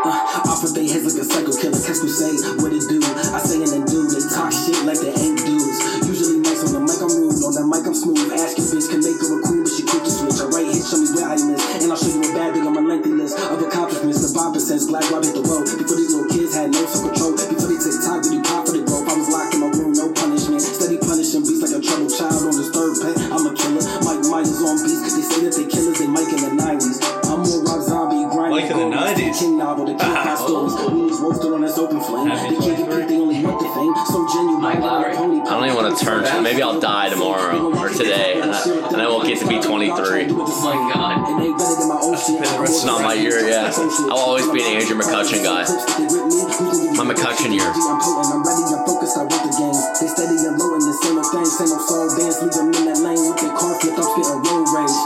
S7: Uh, off with they heads like a psycho killer. Catch crusade, what it do? I say and then do. They talk shit like they ain't dudes. Usually nice on the mic, I'm rude. On the mic, I'm smooth. Ask your bitch, can make her a queen, but she quick to switch. I right hit, show me where I miss. And I'll show you a bad thing on my lengthy list of accomplishments. The Bible says black rob hit the road. Before these little kids had no self control. Before they TikTok, really confident rope. I was locked in my room, no punishment. Steady punishing beats like a troubled child on his third pet. I'm a killer. Mike Myers on beats. They say that they killers, they Mike in the 90s. I'm more Rob Zombie, grinding.
S2: Mike in the
S7: gold.
S2: 90s.
S7: King novel, the kid has stories. Weeds roasted on this open flame.
S2: Happy
S7: The kid can think they only want the fame. So genuine,
S4: Mike Lowry.
S7: pony.
S1: I don't even wanna turn to- maybe I'll die tomorrow or today, and I- and I won't get to be 23.
S4: Oh my God.
S7: It's
S1: not my year, yeah. I'll always be an Andrew McCutcheon guy.
S7: My
S1: McCutcheon year.
S7: I'm potent, I'm ready, I'm focused, I work the game. They steady and low in the same old thing, same old soul dance. Leave them in that lane with their car flipped, I'm spitting road rage.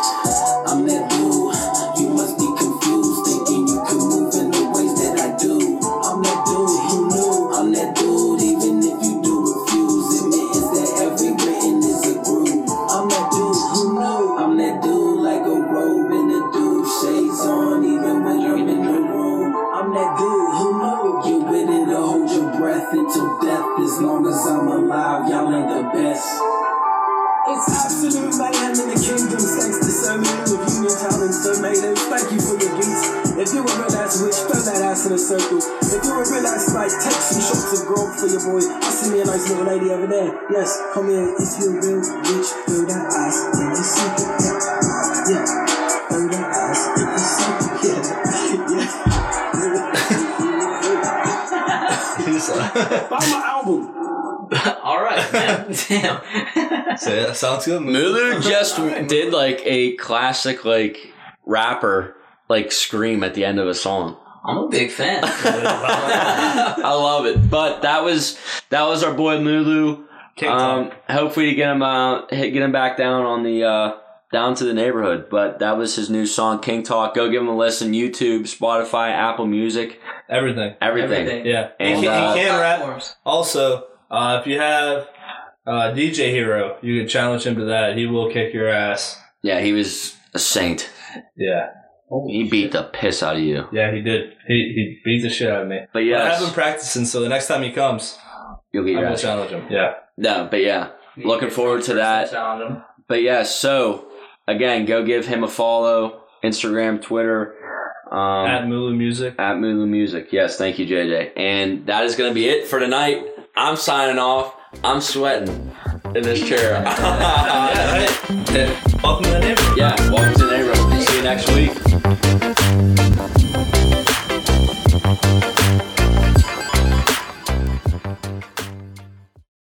S7: I'm that dude, you must be confused, thinking you could move in the ways that I do. I'm that dude who knew, I'm that dude, even if you do refuse. It means that every written is a groove. I'm that dude who knew, I'm that dude like a robe in the dude, shades on, even when I'm in the room. I'm that dude who knew you with it to hold your breath until death. As long as I'm alive, y'all ain't the best. It's absolute mayhem in the kingdom, thanks to Sir Milo of Uniontown and Sir Matos. Thank you for your beats. If you a real ass witch, throw that ass in a circle. If you a real ass like, take some shots of grog for your boy. I see me a nice little lady over there. Yes, come here. If you're a real witch, throw that ass in the circle. Yeah, throw that ass in the circle. Yeah, yeah. Buy my album.
S4: All right, man. Damn.
S2: So, yeah, sounds good.
S1: Mulu just did like a classic like rapper like scream at the end of a song.
S4: I'm a big fan.
S1: I love it. But that was that was our boy Mulu. Um, hopefully to get him out, hit- get him back down on the uh, down to the neighborhood. But that was his new song, King Talk. Go give him a listen. YouTube, Spotify, Apple Music,
S2: Everything.
S1: everything.
S4: Everything.
S2: Yeah.
S1: And,
S2: he, can,
S1: uh,
S2: he can rap.
S4: Platforms.
S2: Also, uh, if you have uh, DJ Hero, you can challenge him to that. He will kick your ass.
S1: Yeah, he was a saint.
S2: Yeah.
S1: He beat the piss out of you.
S2: Yeah, he did. He, he beat the shit out of me.
S1: But
S2: I
S1: yes,
S2: have been practicing, so the next time he comes,
S1: you'll get
S2: I
S1: your
S2: will
S1: ass.
S2: challenge him. Yeah.
S1: No, but yeah, looking forward to that.
S4: Challenge 'em.
S1: But yeah, so again, go give him a follow. Instagram, Twitter, um,
S2: At Mulu Music.
S1: at Mulu Music. Yes, thank you, JJ. And that is going to be it for tonight. I'm signing off. I'm sweating in this chair.
S2: Yeah. Welcome to the neighborhood.
S1: yeah, welcome to the neighborhood. See you next week.